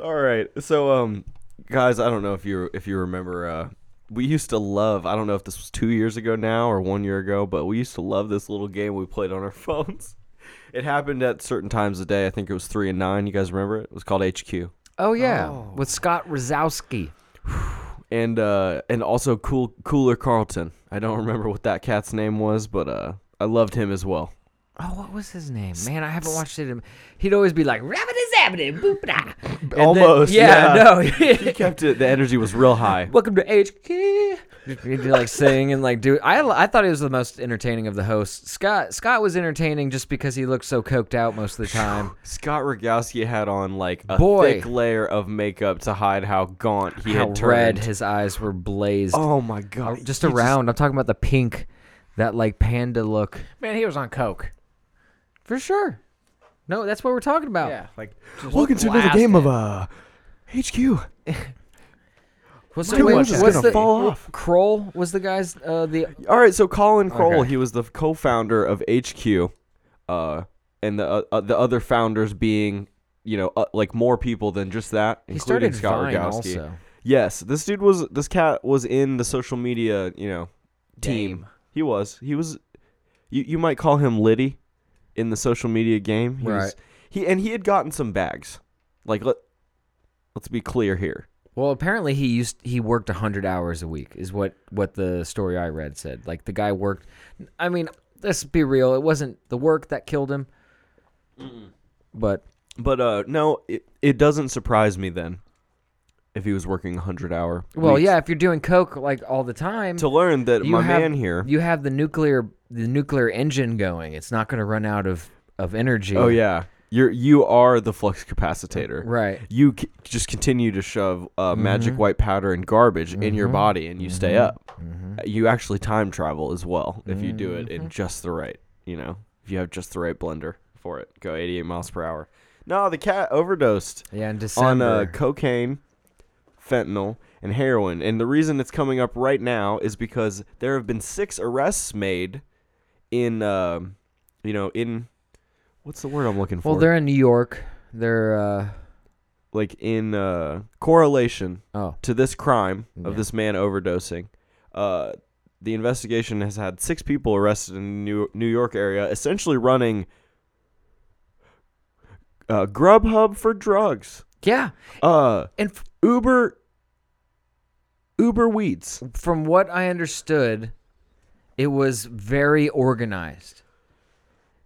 B: All right, so um, guys, I don't know if you if you remember, uh, we used to love. I don't know if this was two years ago now or one year ago, but we used to love this little game we played on our phones. It happened at certain times of day. I think it was three and nine. You guys remember it? It was called HQ.
C: Oh yeah, with Scott Rosowski.
B: and uh and also cool cooler Carlton. I don't remember what that cat's name was, but uh I loved him as well.
C: Oh, what was his name? Man, I haven't watched it. in- He'd always be like, "Rabbit is boop da." And then-
B: Almost,
C: yeah,
B: yeah.
C: no.
B: He kept it the energy was real high.
C: Welcome to HK. He'd be like sing and like do. I I thought he was the most entertaining of the hosts. Scott Scott was entertaining just because he looked so coked out most of the time.
B: Scott Rogowski had on like a
C: Boy.
B: thick layer of makeup to hide how gaunt he
C: How
B: had
C: red
B: turned.
C: his eyes were blazed. Uh,
B: Oh my god.
C: just
B: He
C: around. I'm talking about the pink, that like panda look.
G: Man, he was on coke.
C: For sure. No, that's what we're talking about.
G: Yeah, like
B: Welcome to another game of uh HQ.
C: Well, so
B: Dude,
C: wait,
B: I'm just
C: what's
B: gonna
C: the-
B: fall off.
C: Kroll was the guy's uh, the
B: All right, so Colin Kroll,
C: Okay.
B: he was the co-founder of HQ, uh, and the uh, uh, the other founders being, you know, uh, like more people than just that,
C: he
B: including
C: started
B: Scott
C: Vine
B: Rogowski.
C: also.
B: Yes, this dude was this cat was in the social media, you know, team.
G: Game.
B: He was. He was. You you might call him Liddy, in the social media game. He was-
C: Right.
B: he and he had gotten some bags. Like let let's be clear here.
C: Well, apparently he used he worked 100 hours a week is what what the story I read said. Like the guy worked I mean, let's be real, it wasn't the work that killed him. But
B: But uh, no, it it doesn't surprise me then, if he was working hundred hour.
C: well,
B: weeks.
C: yeah, if you're doing coke like all the time,
B: to learn that
C: you
B: my
C: have,
B: man here.
C: you have the nuclear the nuclear engine going. It's not going to run out of of energy.
B: oh yeah, you're you are the flux capacitator.
C: Right.
B: You c- just continue to shove uh,
C: Mm-hmm.
B: magic white powder and garbage in your body, and you stay up.
C: Mm-hmm.
B: Uh, You actually time travel as well if you do it in just the right. You know, if you have just the right blender for it, go 88 miles per hour. No, the cat overdosed
C: Yeah, in December.
B: on uh, cocaine, fentanyl, and heroin. And the reason it's coming up right now is because there have been six arrests made in, um you know, in what's the word I'm looking for?
C: well, they're in New York. They're uh
B: like in uh, correlation
C: oh,
B: to this crime of
C: Yeah.
B: this man overdosing. Uh, the investigation has had six people arrested in the New New York area, essentially running uh, Grubhub for drugs.
C: yeah.
B: Uh,
C: And f-
B: Uber Uber Weeds.
C: from what I understood, it was very organized.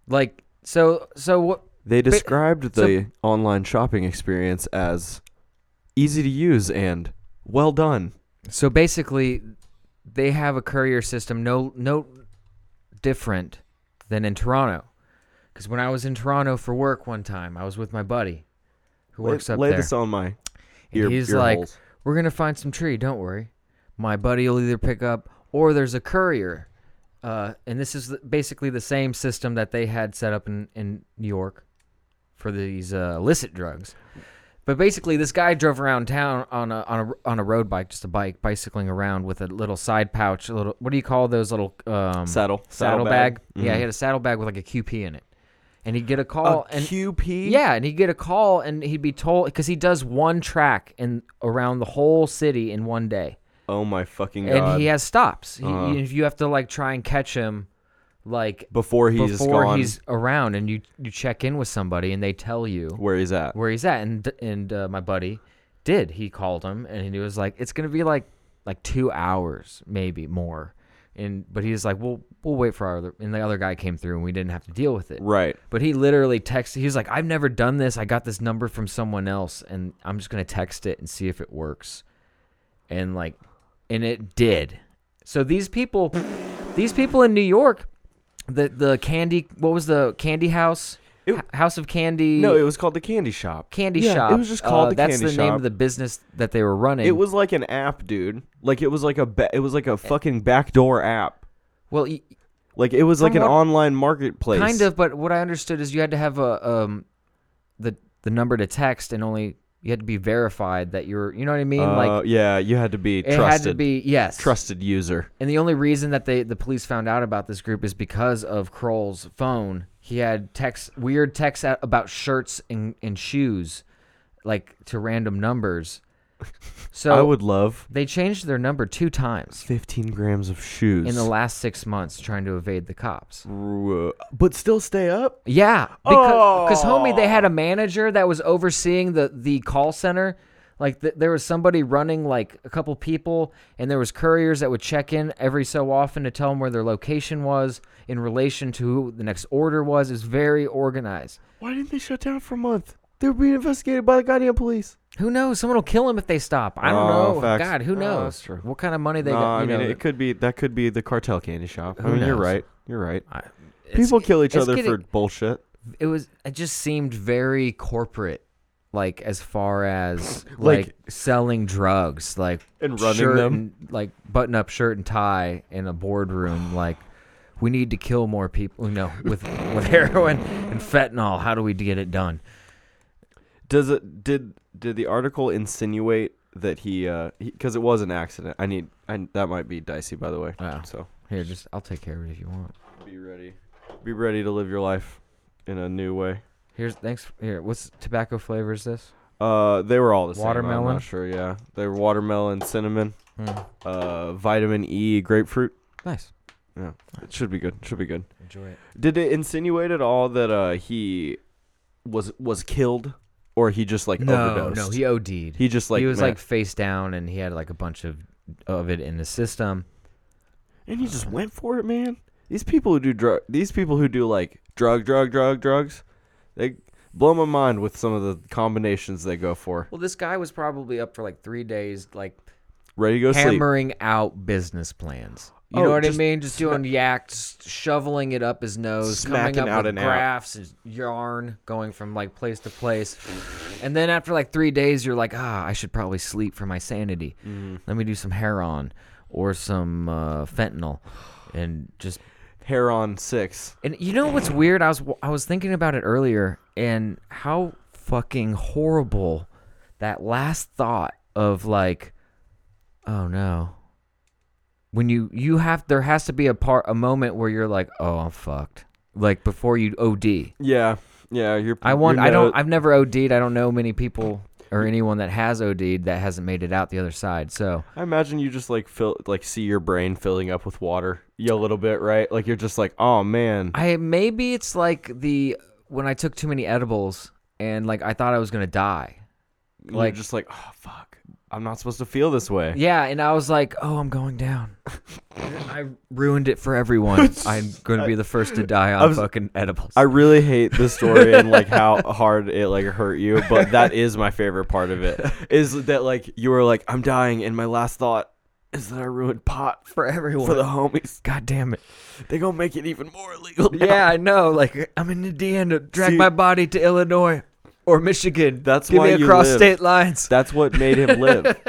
C: Like so so what
B: They
C: described
B: described the online shopping experience as easy to use, and well done.
C: So basically, they have a courier system no no different than in Toronto. Because when I was in Toronto for work one time, I was with my buddy who works
B: lay
C: up
B: lay
C: there.
B: this on my
C: And
B: ear.
C: he's
B: ear
C: like,
B: holes.
C: "We're gonna find some tree. Don't worry. My buddy will either pick up or there's a courier." Uh, and this is the- basically the same system that they had set up in, in New York for these uh, illicit drugs. But basically, this guy drove around town on a on a on a road bike, just a bike, bicycling around with a little side pouch, a little what do you call those little um,
B: Saddle-
C: saddlebag?
B: saddlebag. Mm-hmm.
C: Yeah, he had a saddlebag with like a QP in it, and he'd get a call
B: a
C: Oh, and
B: QP.
C: yeah, and he'd get a call and he'd be told because he does one track and around the whole city in one day,
B: Oh my fucking god! Uh-huh.
C: and he has stops. He, If you have to like try and catch him, like
B: before he's
C: before
B: gone,
C: he's around, and you you check in with somebody and they tell you
B: where he's at.
C: where he's at, and and uh, my buddy did. He called him and he was like, "It's gonna be like like two hours, maybe more." And but he's like, "We'll we'll wait for our," other, and the other guy came through and we didn't have to deal with it.
B: Right.
C: But he literally texted. He was like, "I've never done this. I got this number from someone else, and I'm just gonna text it and see if it works." And like, and it did. So these people, these people in New York, the the candy. What was the candy house?
B: It-
C: H- house of Candy.
B: No, it was called the candy shop.
C: Candy
B: Yeah,
C: shop.
B: It was just called
C: Uh,
B: the
C: that's
B: candy
C: the
B: shop.
C: name of the business that they were running.
B: It was like an app, dude. Like it was like a ba- it was
C: Eh.
B: like a fucking backdoor app.
C: well, y-
B: Like it was like an
C: what-
B: online marketplace.
C: kind of. But what I understood is you had to have a um, the the number to text, and only you had to be verified that you're. You know what I mean?
B: Uh,
C: like
B: yeah, you had to be
C: It
B: trusted.
C: had to be yes.
B: trusted user.
C: And the only reason that they the police found out about this group is because of Kroll's phone. He had texts, weird texts out about shirts and, and shoes, like to random numbers. So
B: I would love
C: they changed their number two times
B: 15 grams of shoes.
C: in the last six months, trying to evade the cops.
B: Ru- but still stay up.
C: Yeah, because because homie, they
B: Oh.
C: had a manager that was overseeing the the call center. Like th- there was somebody running like a couple people, and there was couriers that would check in every so often to tell them where their location was in relation to who the next order was. Is very organized.
B: Why didn't they shut down for a month? They were being investigated by the goddamn police.
C: Who knows? Someone will kill him if they stop. I don't
B: Oh,
C: know.
B: facts.
C: God, who
B: Oh,
C: knows?
B: that's true.
C: What kind of money they
B: No,
C: got?
B: I
C: You
B: mean
C: know,
B: it could be that could be the cartel candy shop. I
C: Who
B: mean you're
C: knows?
B: right. You're right.
C: I- it's-
B: People kill each
C: it's
B: other for
C: getting-
B: bullshit.
C: It was. It just seemed very corporate, like as far as like,
B: Like-
C: selling drugs, like
B: And running
C: shirt
B: them.
C: and, like button-up shirt and tie in a boardroom. Like we need to kill more people. You know, with with heroin and fentanyl. How do we get it done?
B: Does it did did the article insinuate that he uh because it was an accident. I need I, that might be dicey by the way.
C: Oh.
B: So
C: Here, just I'll take care of it if you want.
B: be ready. Be ready to live your life in a new way.
C: Here's thanks. Here, what's tobacco flavor is this?
B: Uh they were all the same. I'm
C: Watermelon?
B: not sure, yeah. They were watermelon, cinnamon,
C: Hmm.
B: uh vitamin E, grapefruit.
C: Nice.
B: Yeah. It should be good. Should be good.
C: Enjoy it.
B: Did it insinuate at all that uh he was was killed or he just like
C: No,
B: overdosed?
C: no, he OD'd.
B: He just like
C: he was
B: man-
C: like face down, and he had like a bunch of of it in his system.
B: and he just went for it, man. These people who do drug, these people who do like drug, drug, drug, drugs, they blow my mind with some of the combinations they go for.
C: Well, this guy was probably up for like three days, like
B: Ready to go sleep.
C: hammering out business plans. You
B: Oh,
C: know what I
B: just
C: mean? Just doing yak, just shoveling it up his nose, coming
B: Smacking
C: up
B: out
C: with
B: and out.
C: graphs and yarn, going from like place to place. And then after like three days, you're like, ah, I should probably sleep for my sanity.
B: Mm-hmm.
C: Let me do some heroin or some uh, fentanyl, and just
B: Hair on six.
C: and you know what's weird? I was I was thinking about it earlier, and how fucking horrible that last thought of like, oh no, when you you have there has to be a part a moment where you're like, oh I'm fucked, like before you OD.
B: Yeah, yeah. You're.
C: I want
B: you're
C: I don't
B: no-
C: I've never OD'd. I don't know many people or anyone that has OD'd that hasn't made it out the other side. So
B: I imagine you just like fill, like see your brain filling up with water, you a little bit, right? Like you're just like, oh man.
C: I maybe it's like the when I took too many edibles and like I thought I was gonna die.
B: You're
C: like-
B: just like, oh fuck. I'm not supposed to feel this way.
C: Yeah, and I was like, "Oh, I'm going down." I ruined it for everyone. I'm going to be the first to die on
B: was-
C: fucking edibles.
B: I really hate the story and like how hard it like hurt you, but that is my favorite part of it. Is that like you were like, I'm dying, and my last thought is that I ruined pot for everyone for the homies.
C: God damn it.
B: They gonna make it even more illegal. now.
C: Yeah, I know. Like I'm in Indiana. Drag
B: See-
C: my body to Illinois or Michigan.
B: That's
C: Give
B: why
C: me
B: you
C: across
B: live.
C: state lines.
B: that's what made him live.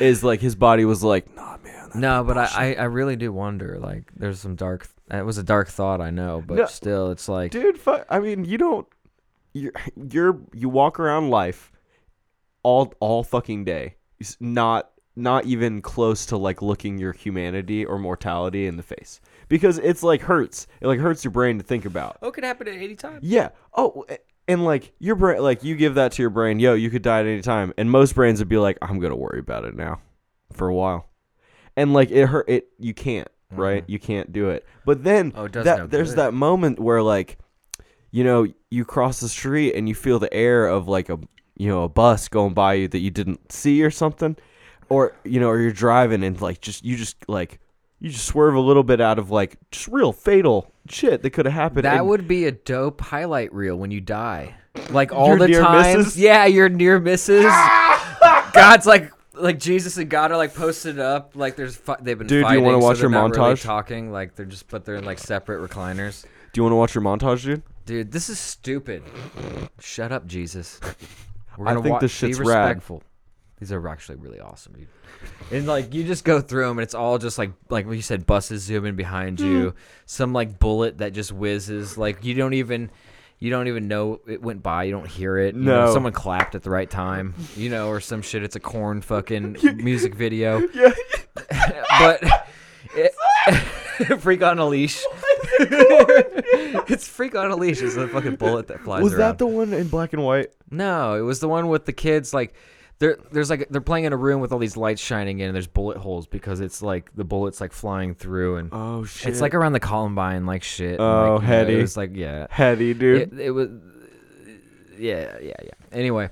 B: is like his body was like, nah, man. that-
C: no, but I, I, I really do wonder. Like, there's some dark. It was a dark thought, I know, but
B: No,
C: still, it's like
B: dude, fuck. I mean, you don't. You're you're you walk around life all all fucking day. It's not not even close to like looking your humanity or mortality in the face because it's like hurts. It like hurts your brain to think about.
C: oh, it could happen at any time.
B: Yeah. Oh, a- and like your brain, like you give that to your brain. Yo, you could die at any time, and most brains would be like, "I'm gonna worry about it now, for a while," and like it hurt. It you can't right. You can't do it. But then
C: Mm-hmm. Oh, it does
B: that
C: no
B: there's
C: good.
B: that moment where like, you know, you cross the street and you feel the air of like a you know a bus going by you that you didn't see or something, or you know, or you're driving and like just you just like. You just swerve a little bit out of like just real fatal shit that could have happened.
C: That
B: and-
C: would be a dope highlight reel when you die. Like all the
B: near
C: time.
B: misses?
C: Yeah, your near misses. God's like like Jesus and God are like posted up. Like there's fi- they've been.
B: Dude, do you
C: fighting,
B: wanna
C: so
B: watch
C: they're
B: your
C: not really
B: montage?
C: talking like they're just but they're in like separate recliners.
B: Do you want to watch your montage, dude?
C: Dude, this is stupid. Shut up, Jesus. We're
B: I
C: gonna
B: think
C: wa-
B: this shit's
C: be
B: rad.
C: respectful. These are actually really awesome, dude. And like you just go through them, and it's all just like like what you said, buses zooming behind
B: Hmm.
C: you, some like bullet that just whizzes. Like you don't even you don't even know it went by. You don't hear it. You know,
B: No.
C: someone clapped at the right time, you know, or some shit. It's a corn fucking music video.
B: Yeah.
C: but it, freak on a leash. it's freak on a leash. It's a fucking bullet that flies
B: Was
C: around.
B: that the one in black and white?
C: no, it was the one with the kids like. There, there's like they're playing in a room with all these lights shining in, and there's bullet holes because it's like the bullets like flying through, and
B: Oh shit!
C: it's like around the Columbine like shit. and,
B: Oh,
C: like, you know,
B: heady.
C: It was like yeah,
B: heady, dude.
C: it, it was yeah, yeah, yeah. Anyway,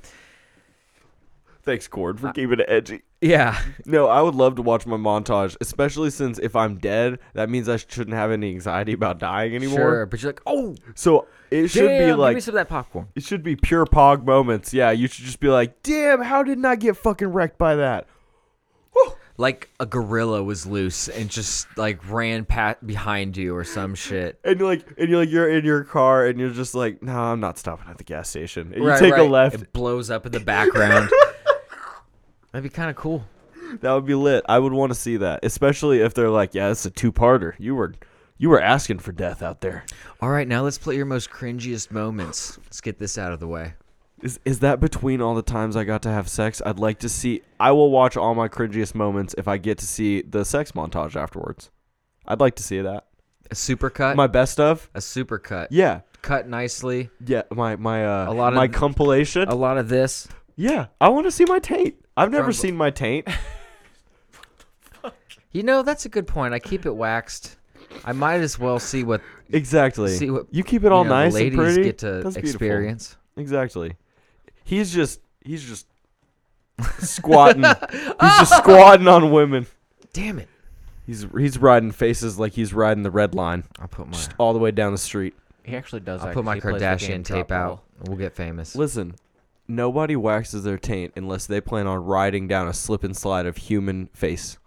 B: Thanks, Cord,
C: Uh,
B: for keeping it edgy.
C: yeah.
B: No, I would love to watch my montage, especially since if I'm dead, that means I shouldn't have any anxiety about dying
C: Sure,
B: anymore.
C: but you're like, oh,
B: So it should
C: damn,
B: be
C: give me
B: like
C: some of that popcorn.
B: it should be pure pog moments. Yeah, you should just be like, damn, how did not get fucking wrecked by that?
C: like a gorilla was loose and just like ran pat behind you or some shit.
B: And you're like, and you're like, you're in your car, and you're just like, no, I'm not stopping at the gas station. And you
C: Right,
B: take a
C: right.
B: left.
C: It blows up in the background. That'd be kind of cool.
B: That would be lit. I would want to see that, especially if they're like, yeah, it's a two-parter. You were, you were asking for death out there.
C: All right, now let's play your most cringiest moments. Let's get this out of the way.
B: Is is that between all the times I got to have sex? I'd like to see. I will watch all my cringiest moments if I get to see the sex montage afterwards. I'd like to see that.
C: A supercut.
B: My best of.
C: a supercut.
B: Yeah,
C: Cut nicely.
B: yeah. My my uh.
C: A lot of
B: my
C: th-
B: compilation.
C: A lot of this.
B: yeah, I want to see my taint. I've never
C: From-
B: seen my taint.
C: You know, that's a good point. I keep it waxed. I might as well see what
B: exactly.
C: See what-
B: you keep it all
C: you know,
B: nice
C: the ladies
B: and pretty.
C: get to
B: That's beautiful.
C: experience.
B: Exactly. He's just he's just squatting. he's just squatting on women.
C: Damn it!
B: He's he's riding faces like he's riding the red line
C: I'll put my
B: just all the way down the street.
G: He actually does.
C: I'll put my
G: actually plays the game
C: Kardashian tape
G: Drop
C: out. We'll get famous.
B: Listen, nobody waxes their taint unless they plan on riding down a slip and slide of human face.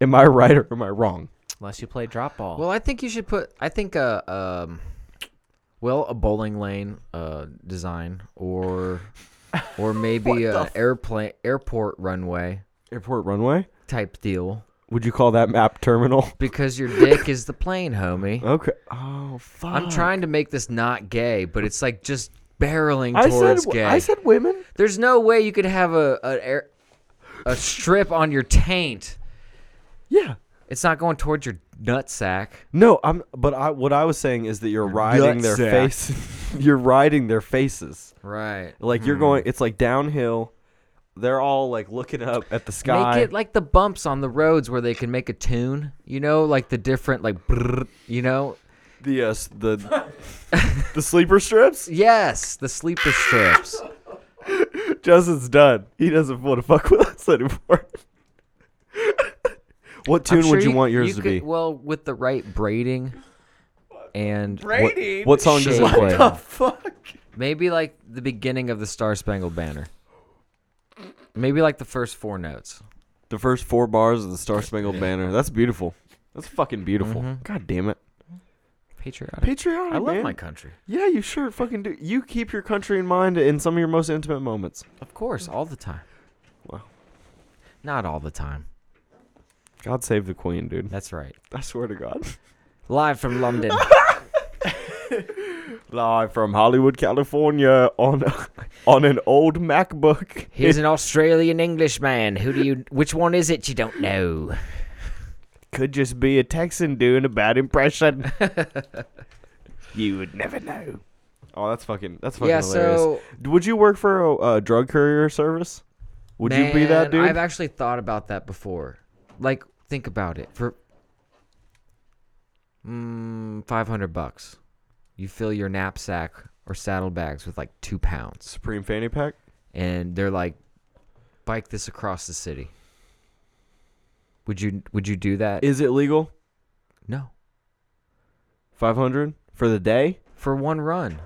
B: Am I right or am I wrong?
G: Unless you play drop ball.
C: Well, I think you should put. I think a um, well, a bowling lane uh design or or maybe a airplane airport runway
B: Airport runway?
C: type deal
B: Would you call that map terminal?
C: because your dick is the plane, homie.
B: Okay. Oh fuck.
C: I'm trying to make this not gay, but it's like just barreling
B: I said
C: towards gay.
B: I said women.
C: There's no way you could have a a, air, a strip on your taint.
B: Yeah.
C: It's not going towards your nutsack.
B: No, I'm. But I, what I was saying is that you're riding their
G: nutsack.
B: face. you're riding their faces.
C: Right.
B: Like you're going. It's like downhill. They're all like looking up at the sky.
C: Make it like the bumps on the roads where they can make a tune, you know, like the different like brrr, you know.
B: the uh, s- the the sleeper strips.
C: Yes, the sleeper strips.
B: Justin's done. He doesn't want to fuck with us anymore. what tune
C: I'm sure
B: would you, want yours to
C: could-
B: be?
C: Well, with the right braiding and
B: What-
G: Brady.
B: What, song does it
C: Shade.
B: play?
C: What
G: fuck?
C: maybe like the beginning of the Star Spangled Banner. Maybe like the first four notes.
B: The first four bars of the Star Spangled Banner. That's beautiful. That's fucking beautiful. God damn it.
C: Patriotic.
B: Patriotic.
C: I love
B: man.
C: my country.
B: Yeah, you sure fucking do. You keep your country in mind in some of your most intimate moments.
C: Of course, all the time.
B: Wow.
C: Not all the time.
B: God save the queen, dude.
C: That's right.
B: I swear to God.
C: Live from London.
B: Live from Hollywood, California, on on an old MacBook.
C: Here's an Australian Englishman. Who do you? Which one is it? You don't know.
B: could just be a Texan doing a bad impression. you would never know. Oh, that's fucking. That's fucking
C: yeah.
B: hilarious.
C: So
B: would you work for a, uh drug courier service? Would you be that
C: Man,
B: dude?
C: I've actually thought about that before. Like, think about it. For mm, 500 bucks, you fill your knapsack or saddlebags with like two pounds.
B: Supreme fanny pack.
C: And they're like, bike this across the city. Would you would you do that?
B: Is it legal?
C: no.
B: Five hundred for the day.
C: For one run.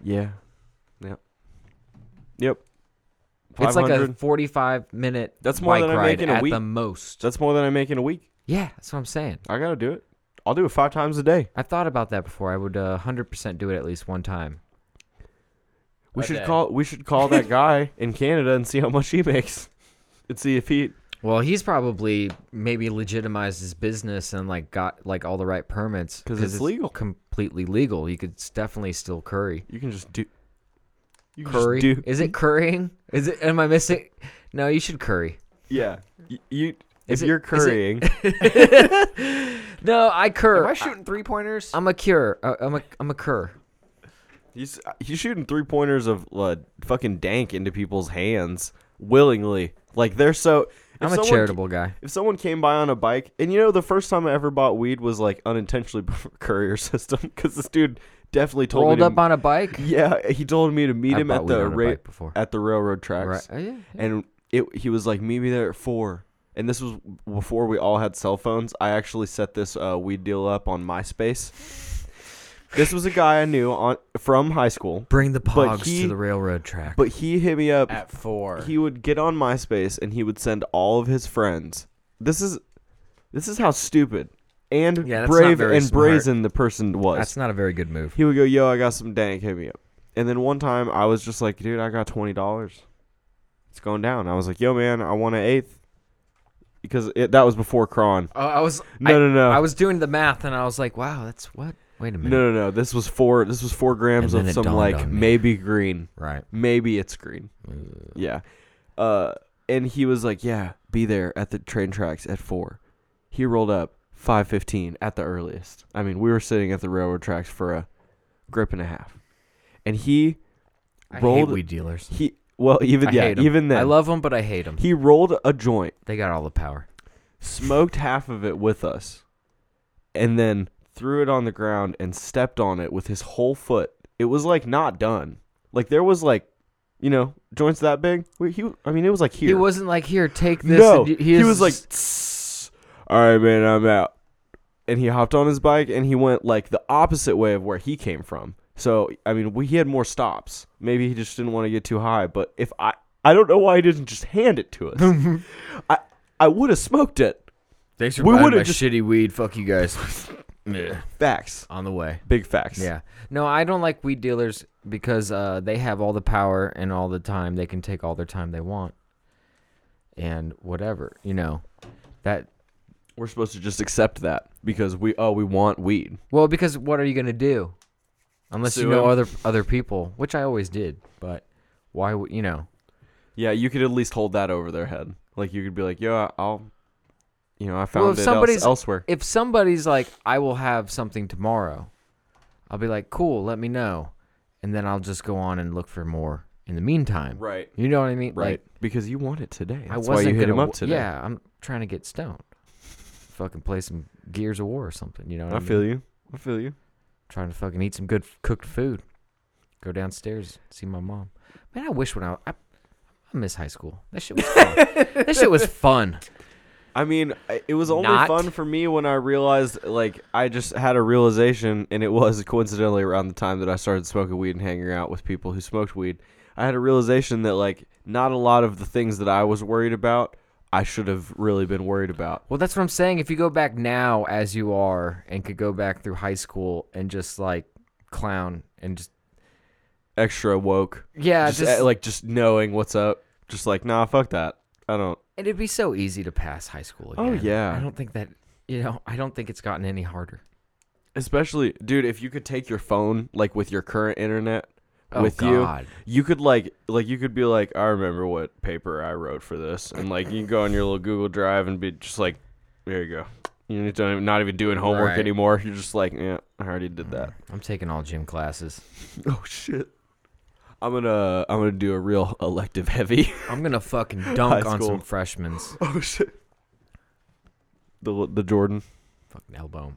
B: Yeah. Yep. Yep.
C: It's like a
B: 500.
C: 45 minute
B: That's more
C: bike
B: than I make
C: ride
B: in a
C: at
B: week.
C: the most.
B: That's more than I make in a week.
C: yeah, that's what I'm saying.
B: I gotta do it. I'll do it five times a day.
C: I've thought about that before. I would uh, 100% do it at least one time.
B: We
G: A
B: should
G: day.
B: call. We should call that guy in Canada and see how much he makes, and see if he
C: Well, he's probably maybe legitimized his business and like got like all the right permits
B: 'Cause it's legal.
C: completely legal. You could s- definitely still curry.
B: You can just do. You can just
C: Curry?
B: do-
C: Is it currying? Is it? Am I missing? No, you should curry.
B: Yeah. You. you if
C: Is it-
B: you're
C: is it-
B: currying,
C: No, I
G: Am
C: cur.
G: I shooting three pointers?
C: I'm a cure. Uh, I'm a I'm a cur.
B: he's he's shooting three pointers of uh, fucking dank into people's hands willingly. Like they're so. if
C: I'm a
B: someone-
C: charitable guy.
B: If someone came by on a bike, and you know, the first time I ever bought weed was like unintentionally before courier system, because this dude definitely told
C: Rolled
B: me.
C: up
B: to,
C: on a bike.
B: Yeah, he told me to meet
C: I
B: him
C: bought
B: at
C: weed
B: the
C: on a
B: ra-
C: bike before.
B: at the railroad
C: Right.
B: tracks.
C: Oh, yeah.
B: and it he was like meet me there at four and this was before we all had cell phones i actually set this uh, weed deal up on myspace this was a guy i knew on from high school
C: Bring the
B: But
C: pogs
B: he-
C: to the railroad track.
B: but he hit me up
G: at four.
B: he would get on myspace and he would send all of his friends this is this is how stupid and
C: Yeah, that's not
B: brave
C: very
B: and
C: smart.
B: brazen the person was
C: That's not a very good move.
B: he would go, "Yo, I got some dank, hit me up." And then one time, I was just like, "Dude, I got twenty dollars. It's going down." I was like, "Yo, man, I want an eighth. because it, that was before Kron.
C: Oh, I was
B: No,
C: I-
B: no, no.
C: I was doing the math and I was like, wow, that's what? Wait a minute.
B: No, no, no. This was four. This was four grams
C: And then
B: of
C: it
B: some
C: dawned
B: like
C: on me.
B: maybe green,
C: Right.
B: maybe it's green. Yeah. Uh, and he was like, "Yeah, be there at the train tracks at four. He rolled up five fifteen at the earliest. I mean, we were sitting at the railroad tracks for a grip and a half, and he
C: I
B: rolled.
C: hate weed dealers.
B: He well, even
C: I
B: yeah,
C: hate 'em.
B: even then,
C: I love them, but I hate them.
B: He rolled a joint,
C: They got all the power.
B: smoked half of it with us, and then threw it on the ground and stepped on it with his whole foot. It was like not done. Like there was like, you know, joints that big. We, he, I mean, it was like here.
C: He wasn't like, here, take this.
B: no,
C: and you-
B: he,
C: is
B: was like,
C: just-
B: "Tss, all right, man, I'm out. And he hopped on his bike and he went like the opposite way of where he came from. So I mean, we, he had more stops. Maybe he just didn't want to get too high. But if I, I don't know why he didn't just hand it to us. I, I would have smoked it.
C: thanks for
B: we
C: buying
B: would've
C: my
B: just-
C: shitty weed. Fuck you guys. Meh.
B: Facts,
C: On the way.
B: big facts.
C: Yeah. No, I don't like weed dealers because uh, they have all the power and all the time. They can take all their time they want. And whatever, you know. That
B: we're supposed to just accept that because we oh we want weed.
C: well, because what are you gonna do? Unless
B: Sue
C: you know
B: him.
C: other other people, which I always did, but why would you know?
B: Yeah, you could at least hold that over their head. Like you could be like, yo, I'll, you know, I found
C: Well, if
B: it else-
C: somebody's-
B: elsewhere.
C: if somebody's like, I will have something tomorrow, I'll be like, cool, let me know. And then I'll just go on and look for more in the meantime.
B: Right.
C: You know what I mean?
B: Right.
C: Like,
B: because you want it today.
C: I
B: That's
C: wasn't
B: why you hit
C: gonna
B: him up
C: w-
B: today.
C: Yeah, I'm trying to get stoned. fucking play some Gears of War or something. You know what I,
B: I
C: mean?
B: feel you. I feel you.
C: Trying to fucking eat some good f- cooked food. Go downstairs, see my mom. Man, I wish when I I, I miss high school. That shit was fun. that shit was fun.
B: I mean, I- it was only
C: Not.
B: fun for me when I realized, like, I just had a realization, and it was coincidentally around the time that I started smoking weed and hanging out with people who smoked weed. I had a realization that, like, not a lot of the things that I was worried about, I should have really been worried about.
C: Well, that's what I'm saying. If you go back now as you are and could go back through high school and just like clown and just
B: Extra woke.
C: yeah,
B: just,
C: just,
B: uh, like, just knowing what's up. Just like, nah, fuck that. I don't.
C: and it'd be so easy to pass high school again.
B: Oh, yeah.
C: I don't think that you know, I don't think it's gotten any harder.
B: Especially, dude, if you could take your phone, like, with your current internet.
C: Oh,
B: with
C: God.
B: you, you could like like you could be like, I remember what paper I wrote for this, and like you can go on your little Google Drive and be just like, there you go. You're not even, not even doing homework
C: Right.
B: anymore. You're just like, yeah, I already did that.
C: I'm taking all gym classes.
B: Oh shit. I'm gonna I'm gonna do a real elective heavy.
C: I'm gonna fucking dunk
B: High
C: on
B: school.
C: some freshmen's
B: oh shit. The the Jordan.
C: fucking elbow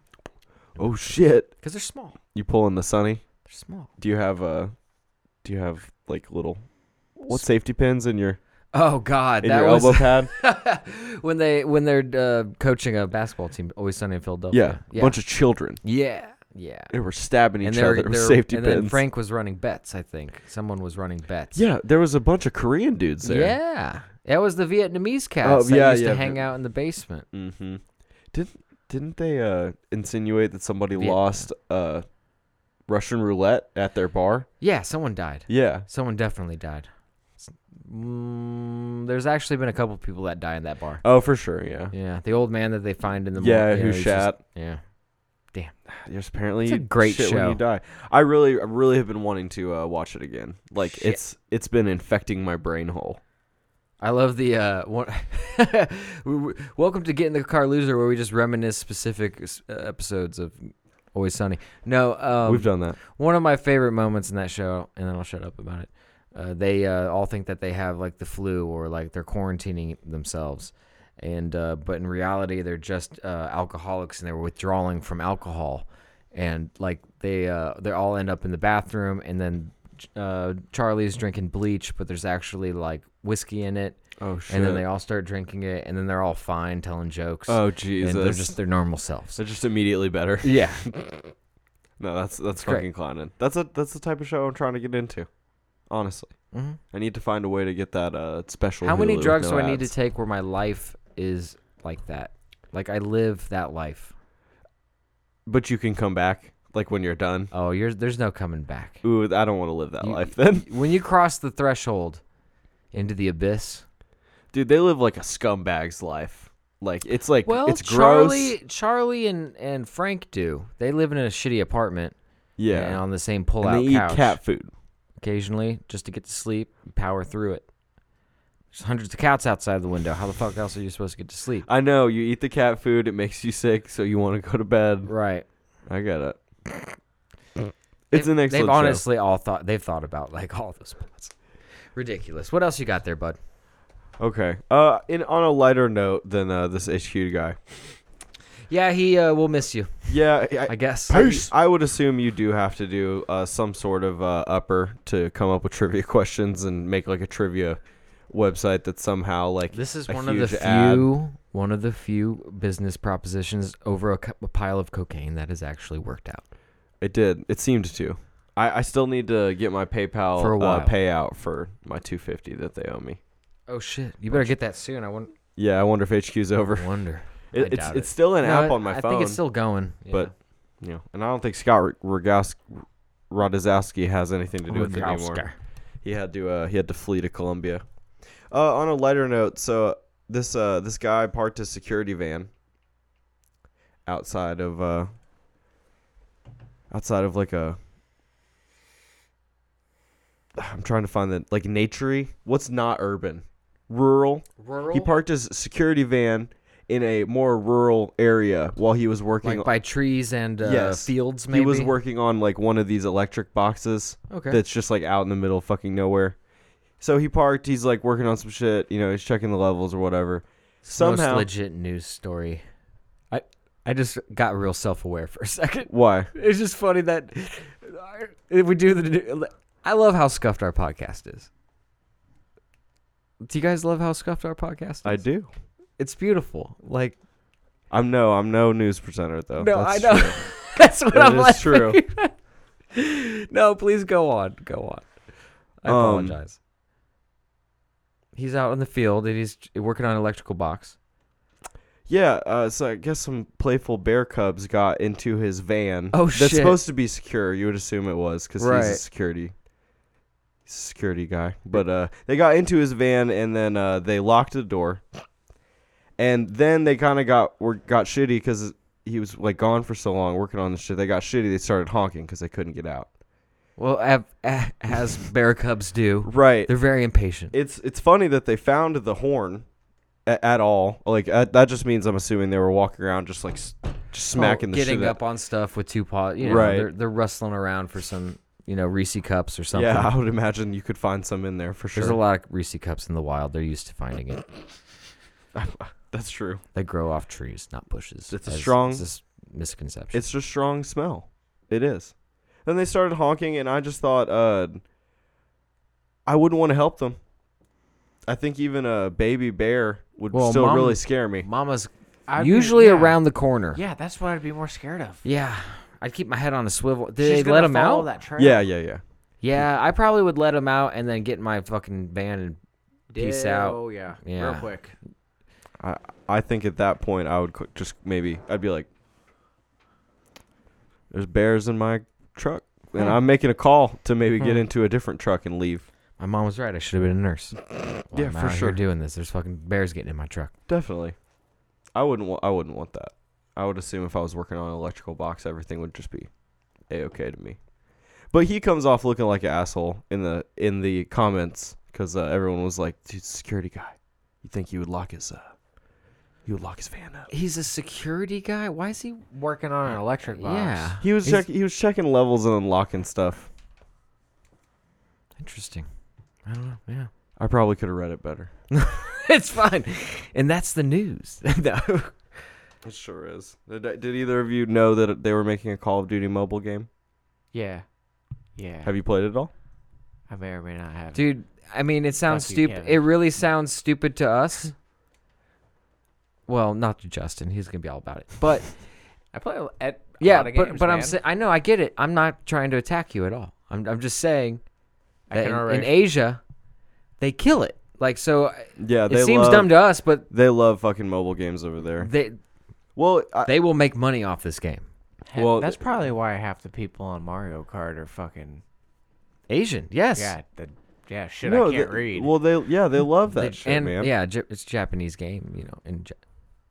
B: Oh shit.
C: because they're small.
B: You pulling the sunny?
C: They're small.
B: Do you have uh do you have like little what safety pins in your
C: Oh God,
B: in
C: that
B: your
C: was
B: elbow pad?
C: when they when they're uh, coaching a basketball team. Always Sunny in Philadelphia.
B: yeah. Bunch of children.
C: yeah, yeah.
B: They were stabbing each
C: and
B: other
C: they're,
B: with safety
C: and
B: pins.
C: then Frank was running bets. I think someone was running bets.
B: yeah, there was a bunch of Korean dudes there.
C: yeah. That was the Vietnamese cats
B: Oh,
C: that
B: yeah,
C: used
B: yeah,
C: to hang
B: vi-
C: out in the basement.
B: Mm-hmm. Didn't didn't they uh, insinuate that somebody
C: Vietnam.
B: lost uh, Russian roulette at their bar?
C: Yeah, someone died.
B: Yeah.
C: Someone definitely died. Mm, there's actually been a couple people that die in that bar.
B: Oh, for sure. Yeah.
C: Yeah, the old man that they find in the
B: Yeah,
C: mor-
B: who
C: he's just-
B: shat.
C: yeah,
B: There's apparently
C: It's a great
B: shit when
C: show.
B: you die. I really, I really have been wanting to uh, watch it again. Like
C: Shit.
B: it's it's been infecting my brain hole.
C: I love the uh, one we- we- welcome to Get in the Car Loser, where we just reminisce specific s- uh, episodes of Always Sunny. No, um,
B: We've done that.
C: One of my favorite moments in that show, and then I'll shut up about it. Uh, they uh, all think that they have like the flu or like they're quarantining themselves, and uh, but in reality they're just uh, alcoholics and they're withdrawing from alcohol, and like they uh, they all end up in the bathroom, and then uh, Charlie's drinking bleach, but there's actually like whiskey in it,
B: Oh shit.
C: and then they all start drinking it, and then they're all fine telling jokes.
B: oh
C: and
B: Jesus.
C: they're just their normal selves.
B: they're just immediately better.
C: Yeah,
B: No, that's that's
C: great.
B: fucking clowning. That's a that's the type of show I'm trying to get into. Honestly,
C: Mhm.
B: I need to find a way to get that uh, special.
C: How many
B: Hulu with
C: drugs
B: no
C: do I need to
B: ads.
C: take where my life is like that? Like I live that life.
B: But you can come back, like when you're done.
C: Oh, you're, there's no coming back.
B: Ooh, I don't want to live that
C: You-
B: life then,
C: When you cross the threshold into the abyss,
B: dude. They live like a scumbag's life. Like it's like
C: well,
B: it's gross.
C: Charlie, Charlie, and and Frank do. They live in a shitty apartment. and
B: yeah,
C: on the same
B: and,
C: pull-out
B: they
C: couch
B: eat cat food.
C: occasionally just to get to sleep, power through it. There's hundreds of cats outside the window. How the fuck else are you supposed to get to sleep?
B: I know you eat the cat food; it makes you sick, so you want to go to bed.
C: Right.
B: I get it. It's
C: They've-
B: an excellent
C: They've
B: show.
C: honestly all thought they've thought about like all those plots. Ridiculous. What else you got there, bud?
B: Okay. Uh, in on a lighter note than uh, this HQ guy.
C: Yeah, he uh, will miss you,
B: Yeah, I,
C: I guess.
B: I would assume you do have to do uh, some sort of uh, upper to come up with trivia questions and make like a trivia website that somehow like
C: This is
B: a
C: one of the
B: huge ad.
C: few, one of the few business propositions over a, cu- a pile of cocaine that has actually worked out.
B: It did. It seemed to. I, I still need to get my PayPal
C: For a while.
B: Uh, payout for my 250 that they owe me.
C: Oh shit! You better get that soon. I won-
B: Yeah, I wonder if HQ's over.
C: wonder. I
B: It, it's
C: doubt
B: it's still an
C: No,
B: app on my
C: I
B: phone.
C: think it's still going.
B: but you know, and I don't think Scott Rogows- Radozowski has anything to do with it anymore. he had to uh, he had to flee to Colombia. Uh, on a lighter note, so this uh, this guy parked his security van outside of uh, outside of like a. I'm trying to find that like naturey. What's not urban, rural.
C: rural,
B: He parked his security van in a more rural area while he was working.
C: like by trees and uh,
B: Yes.
C: fields. Maybe
B: He was working on like one of these electric boxes
C: Okay.
B: that's just like out in the middle of fucking nowhere. So he parked, he's like working on some shit, you know, he's checking the levels or whatever.
C: Most
B: Somehow
C: legit news story. I I just got real self aware for a second.
B: why?
C: It's just funny that if we do the I love how scuffed our podcast is. Do you guys love how scuffed our podcast is?
B: I do.
C: It's beautiful. Like
B: I'm no, I'm no news presenter though.
C: no,
B: That's
C: I know.
B: true.
C: That's what I'm
B: That
C: like.
B: is true.
C: No, please go on. Go on. I
B: Um,
C: apologize. He's out in the field and he's working on an electrical box.
B: Yeah, uh, so I guess some playful bear cubs got into his van.
C: Oh,
B: That's
C: shit.
B: supposed to be secure. You would assume it was because he's a
C: Right.
B: security, he's a security guy. But uh, they got into his van and then uh, they locked the door, and then they kind of got were got shitty because he was like gone for so long working on the shit. They got shitty. They started honking because they couldn't get out.
C: Well, av- a- as bear cubs do,
B: Right.
C: they're very impatient.
B: it's it's funny that they found the horn at, at all. Like uh, that just means I'm assuming they were walking around just like s- just smacking
C: Oh,
B: the
C: getting
B: shit out-
C: up on stuff with two paws. You know,
B: Right.
C: They're, they're rustling around for some, you know, Reese cups or something.
B: Yeah, I would imagine you could find some in there for sure.
C: There's a lot of Reese cups in the wild. They're used to finding it.
B: That's true.
C: They grow off trees, not bushes.
B: It's a
C: As-
B: strong-
C: It's this misconception.
B: It's just strong smell. It is. Then they started honking, and I just thought, uh, I wouldn't want to help them. I think even a baby bear would
G: Well,
B: still
G: mom-
B: really scare me.
G: Mama's I'd be-
C: usually
G: yeah.
C: around the corner.
G: Yeah, that's what I'd be more scared of.
C: Yeah. I'd keep my head on a swivel. Did
G: She's
C: they let
G: gonna
C: him
G: follow
C: out?
G: That trail.
B: Yeah, yeah, yeah.
C: Yeah, I probably would let him out and then get in my fucking van and peace out.
G: Oh yeah. Real
C: Yeah.
G: quick.
B: I I think at that point I would qu- just maybe I'd be like, "There's bears in my truck,"
C: Hmm.
B: and I'm making a call to maybe get into a different truck and leave.
C: My mom was right. I should have been a nurse. Well,
B: Yeah,
C: I'm
B: for
C: out here
B: sure.
C: doing this. There's fucking bears getting in my truck.
B: Definitely. I wouldn't want. I wouldn't want that. I would assume if I was working on an electrical box, everything would just be a okay to me. But he comes off looking like an asshole in the in the comments because uh, everyone was like, "Dude, security guy, you think he would lock his uh, he would lock his van up?"
C: He's a security guy. Why is he?
G: Working on an electric box.
C: Yeah.
B: He was
C: He's-
B: check, he was checking levels and unlocking stuff.
C: Interesting. I don't know. Yeah.
B: I probably could have read it better.
C: it's fine. And that's the news. no.
B: It sure is. Did, did either of you know that they were making a Call of Duty mobile game?
G: Yeah. Yeah.
B: Have you played it at all?
G: I may or may not have.
C: Dude, I mean, it sounds
G: Fuck you,
C: stupid.
G: Kevin.
C: It really sounds stupid to us. Well, not to Justin. He's going to be all about it. But
G: I play a- at a
C: yeah,
G: lot of
C: but
G: games,
C: but I'm
G: man.
C: sa- I know I get it. I'm not trying to attack you at all. I'm I'm just saying
G: I
C: that
G: can
C: in, in
G: already-
C: Asia they kill it. Like so I-
B: Yeah, they
C: it seems
B: love,
C: dumb to us, but
B: They love fucking mobile games over there.
C: they
B: Well, I,
C: they will make money off this game.
G: Heck,
B: well,
G: that's probably why half the people on Mario Kart are fucking
C: Asian, yes.
G: yeah, the yeah shit
B: no,
G: I can't
B: they-
G: read.
B: Well, they yeah, they love that
C: They-
B: shit,
C: and
B: man.
C: yeah, Ja- it's a Japanese game, you know, in Ja-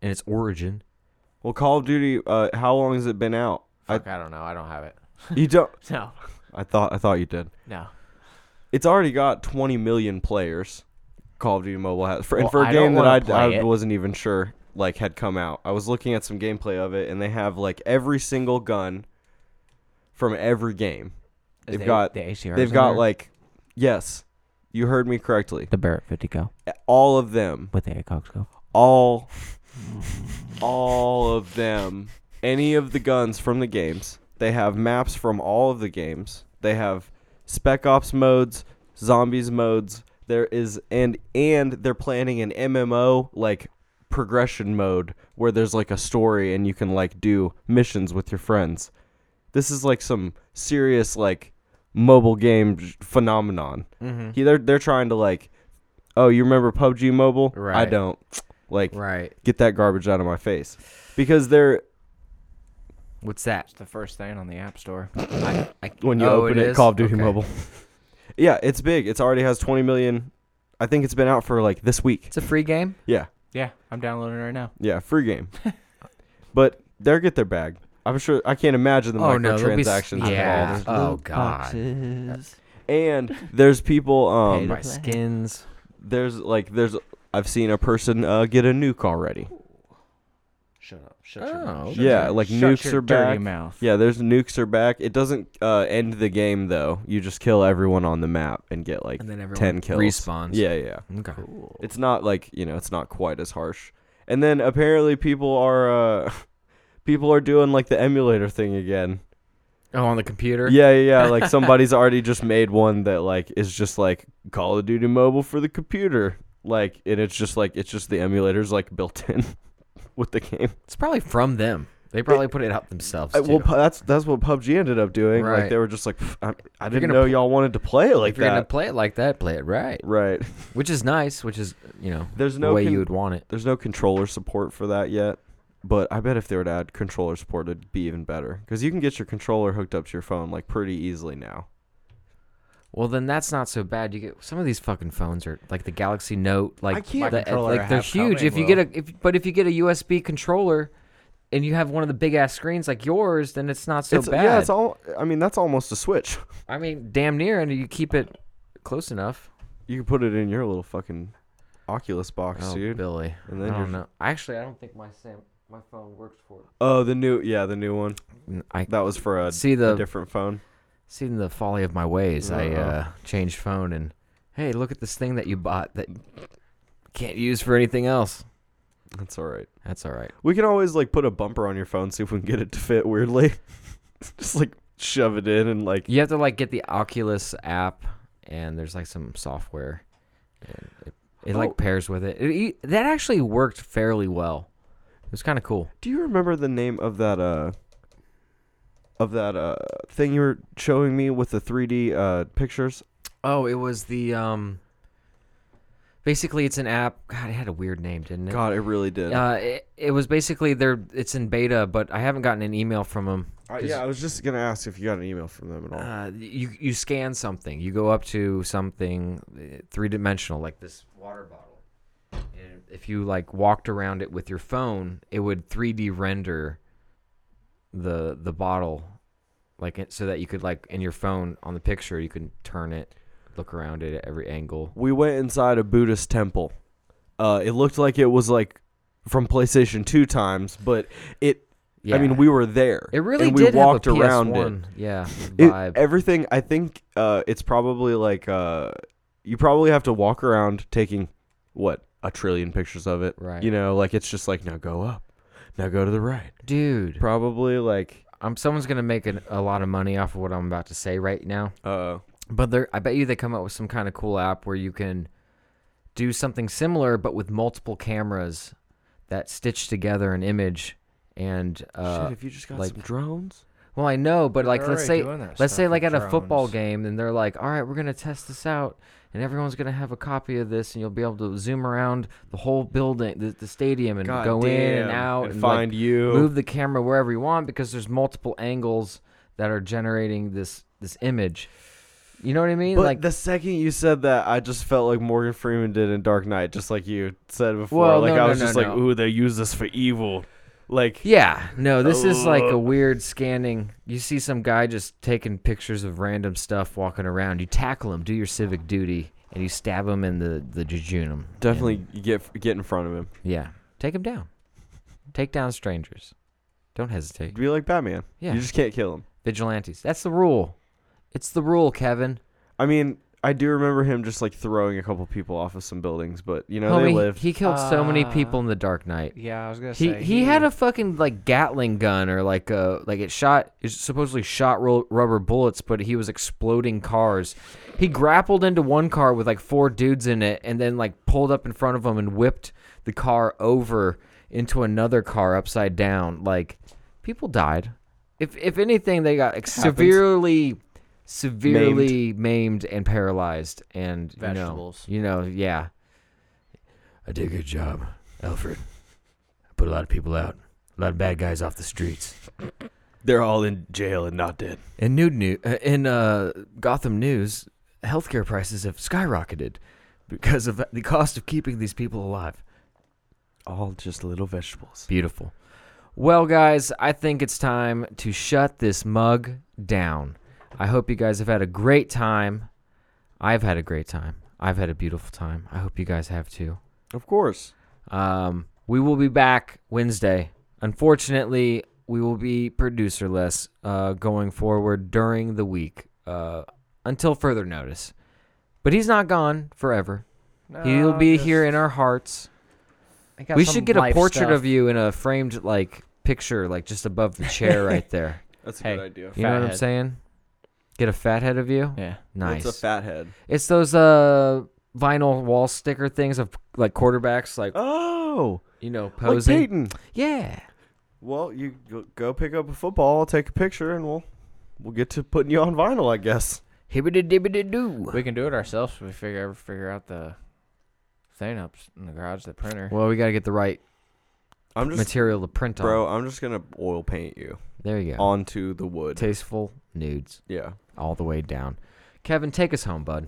C: in its origin.
B: Well, Call of Duty. Uh, how long has it been out? I,
G: Fuck, I, don't know. I don't have it.
B: you don't.
G: No,
B: I thought I thought you did.
G: no.
B: It's already got 20 million players. Call of Duty Mobile has, for, and
G: Well,
B: for a
G: I
B: game
G: don't
B: that I,
G: wanna play
B: I
G: it.
B: wasn't even sure like had come out. I was looking at some gameplay of it, and they have like every single gun from every game. They've
G: the-
B: got
G: the ACRs
B: They've
G: in
B: got
G: there?
B: like, yes, you heard me correctly.
G: The Barrett 50 go
B: All of them,
G: with the ACOX go.
B: all, all of them. Any of the guns from the games. They have maps from all of the games. They have Spec Ops modes, zombies modes. There is and and they're planning an MMO like progression mode where there's like a story and you can like do missions with your friends. This is like some serious like mobile game j- phenomenon. He, they're they're trying to like, oh, you remember PUBG Mobile? I
C: Right.
B: don't. Like,
C: Right.
B: get that garbage out of my face, because they're
C: What's that?
G: It's the first thing on the App Store.
C: I,
B: when you
C: oh,
B: open it,
C: is?
B: Call of Duty
C: Okay.
B: Mobile. yeah, it's big. It's already has 20 million. I think it's been out for like this week.
C: It's a free game.
B: Yeah,
G: Yeah, I'm downloading it right now.
B: yeah, free game. but they'll get their bag. I'm sure. I can't imagine the
C: Oh no, there'll be s-
B: microtransactions
C: yeah.
B: involved.
C: Oh god.
B: And there's people. Um,
C: my skins.
B: there's like there's. I've seen a person uh, get a nuke already.
G: Shut up. Shut
C: Oh,
B: yeah, like nukes
G: your
B: are
G: dirty
B: back.
G: mouth.
B: Yeah, there's nukes are back. It doesn't uh, end the game though. You just kill everyone on the map and get like
C: And then everyone
B: ten kills.
C: respawns.
B: Yeah, yeah.
C: Okay.
B: It's not like you know, it's not quite as harsh. And then apparently people are uh, people are doing like the emulator thing again.
C: Oh, on the computer.
B: Yeah, yeah, yeah. Like somebody's already just made one that like is just like Call of Duty Mobile for the computer. Like, and it's just like it's just the emulators like built in with the game.
C: It's probably from them. They probably put it out themselves.
B: I-
C: Too.
B: well, pu- that's that's what PUBG ended up doing. Like
C: Right.
B: they were just like, "Pff, I, I didn't
C: gonna
B: know
C: pl-
B: y'all wanted to play it like
C: if you're gonna
B: that.
C: play it like that, play it right,
B: right.
C: which is nice. Which is you know
B: There's no
C: the way
B: con-
C: you would want it.
B: There's no controller support for that yet, but I bet if they were to add controller support, it'd be even better because you can get your controller hooked up to your phone like pretty easily now.
C: Well, then that's not so bad. You get some of these fucking phones are like the Galaxy Note, like
B: can't-
C: the-
G: My controller I
C: like they're
G: have
C: huge.
G: coming
C: If you get a if but if you get a USB controller, and you have one of the big ass screens like yours, then it's not so
B: it's,
C: bad.
B: Yeah, it's all. I mean, that's almost a switch.
C: I mean, damn near, and you keep it close enough.
B: You can put it in your little fucking Oculus box,
C: Oh,
B: dude.
C: Billy,
B: And then
C: I
B: you're-
C: don't know. Actually, I don't think my Sam my phone works for it.
B: Oh, the new yeah, the new one.
C: I
B: That was for a,
C: See
B: a
C: the-
B: different phone.
C: seen the folly of my ways. I
B: Uh-oh.
C: uh, changed phone and hey, look at this thing that you bought that can't use for anything else.
B: That's all right.
C: That's all right.
B: We can always like put a bumper on your phone, see if we can get it to fit weirdly. Just like shove it in and like
C: You have to like get the Oculus app, and there's like some software. And it it
B: Oh.
C: like pairs with it. It- it- That actually worked fairly well. It was kind of cool.
B: Do you remember the name of that uh of that uh thing you were showing me with the 3D uh pictures?
C: Oh, it was the um. Basically, it's an app. God, it had a weird name, didn't it?
B: God, it really did.
C: Uh, it, it was basically they're it's in beta, but I haven't gotten an email from them.
B: I- yeah, I was just gonna ask if you got an email from them at all.
C: Uh, you you scan something. You go up to something three dimensional, like this water bottle. And if you like walked around it with your phone, it would 3D render the the bottle, like it, so that you could like in your phone on the picture you can turn it, look around it at every angle.
B: we went inside a Buddhist temple. Uh, it looked like it was like from PlayStation Two times, but it. I mean,
C: Yeah.
B: we were there.
C: It really
B: and we
C: did
B: walked
C: have a
B: around
C: PS1, yeah
B: it. It-
C: vibe.
B: everything. I think uh, it's probably like uh, you probably have to walk around taking what a trillion pictures of it.
C: Right.
B: You know, like it's just like now go up, now go to the right.
C: Dude,
B: Probably like
C: um, someone's gonna make an, a lot of money off of what I'm about to say right now.
B: uh,
C: But they I bet you they come up with some kind of cool app where you can do something similar, but with multiple cameras that stitch together an image. And uh,
B: shit. If you just got
C: like-
B: some drones,
C: well, I know, but like,
G: They're
C: let's
G: already
C: say,
G: doing that
C: let's say,
G: stuff
C: like
G: with
C: at a football
G: drones.
C: game, and they're like, "All right, we're gonna test this out, and everyone's gonna have a copy of this, and you'll be able to zoom around the whole building, the, the stadium, and
B: God
C: go in
B: damn,
C: and out,
B: and
C: like,
B: find you.
C: move the camera wherever you want because there's multiple angles that are generating this this image. You know what I mean?
B: But
C: like
B: the second you said that, I just felt like Morgan Freeman did in Dark Knight, just like you said before.
C: Well,
B: like I
C: no, no,
B: was
C: no,
B: just like,
C: no.
B: ooh, they use this for evil. Like
C: Yeah, no, this is like a weird scanning. You see some guy just taking pictures of random stuff walking around. You tackle him, do your civic duty, and you stab him in the the jejunum.
B: definitely get get in front of him.
C: Yeah, take him down. Take down strangers. Don't hesitate.
B: Be like Batman.
C: Yeah.
B: You just can't kill him.
C: Vigilantes. That's the rule. It's the rule, Kevin.
B: I mean, I do remember him just like throwing a couple people off of some buildings, but you know they
C: Homie,
B: lived.
C: he killed so many
G: Ah.
C: people in the Dark Knight.
G: Yeah, I was gonna
C: He,
G: say
C: he had a fucking like Gatling gun or like a like it shot it supposedly shot ro- rubber bullets, but he was exploding cars. He grappled into one car with like four dudes in it, and then like pulled up in front of him and whipped the car over into another car upside down. Like people died. If if anything, they got ex- severely severely maimed. and paralyzed and you know-
G: Vegetables.
C: You know, yeah. I did a good job, Alfred. I put a lot of people out, a lot of bad guys off the streets.
B: They're all in jail and not dead.
C: In nude new uh, in uh, Gotham news, healthcare prices have skyrocketed because of the cost of keeping these people alive.
B: All just little vegetables.
C: Beautiful. Well, guys, I think it's time to shut this mug down. I hope you guys have had a great time. I've had a great time. I've had a beautiful time. I hope you guys have too.
B: Of course.
C: Um, we will be back Wednesday. Unfortunately, we will be producerless uh, going forward during the week uh, until further notice. But he's not gone forever. He'll
B: Oh,
C: be here in our hearts. We should get a portrait of you in a framed like picture, like just above the chair right there.
B: That's a
G: Hey,
B: good idea.
C: You know what I'm
G: Fathead.
C: saying? Get a fat head of you.
G: Yeah.
C: Nice.
B: What's a fat head?
C: It's those uh vinyl wall sticker things of like quarterbacks, like
B: Oh,
C: you know,
B: like
C: posing.
B: Peyton.
C: yeah.
B: Well, you go, go pick up a football, I'll take a picture, and we'll we'll get to putting you on vinyl, I guess.
C: Hibbity dibbity doo.
G: We can do it ourselves if we figure ever figure out the thing up in the garage, the printer.
C: Well, we gotta get the right
B: I'm just
C: material to print on.
B: bro. I'm just gonna oil paint you
C: There you go.
B: onto the wood.
C: Tasteful nudes
B: yeah.
C: all the way down. Kevin, take us home, bud.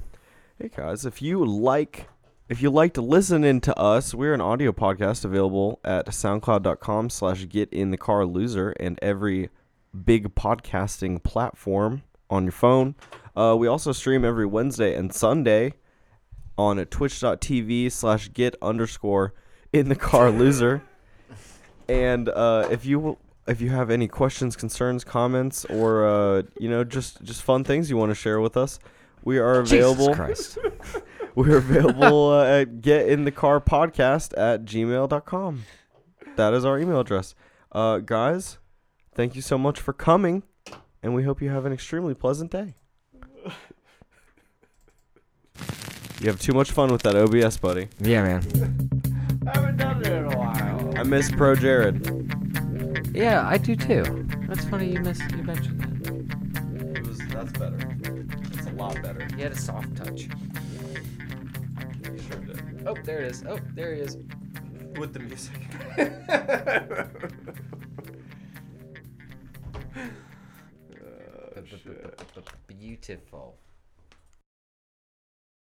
B: Hey guys, if you like if you like to listen in to us, we're an audio podcast available at soundcloud.com slash get in the car loser and every big podcasting platform on your phone. Uh, we also stream every Wednesday and Sunday on at twitch.tv slash get underscore in the car loser. and uh, if you if you have any questions, concerns, comments, or uh, you know, just just fun things you want to share with us, we are available.
C: Jesus Christ.
B: We're available uh, at getinthecarpodcast at gmail.com. That is our email address. Uh, guys, thank you so much for coming, and we hope you have an extremely pleasant day. You have too much fun with that OBS, buddy.
C: yeah, man.
B: I miss Pro Jared.
C: Yeah, I do too. That's funny you missed you mentioned that.
B: It was, that's better. That's a lot better.
C: He had a soft touch. Oh, there it is. Oh, there he is.
B: With the music.
C: Beautiful.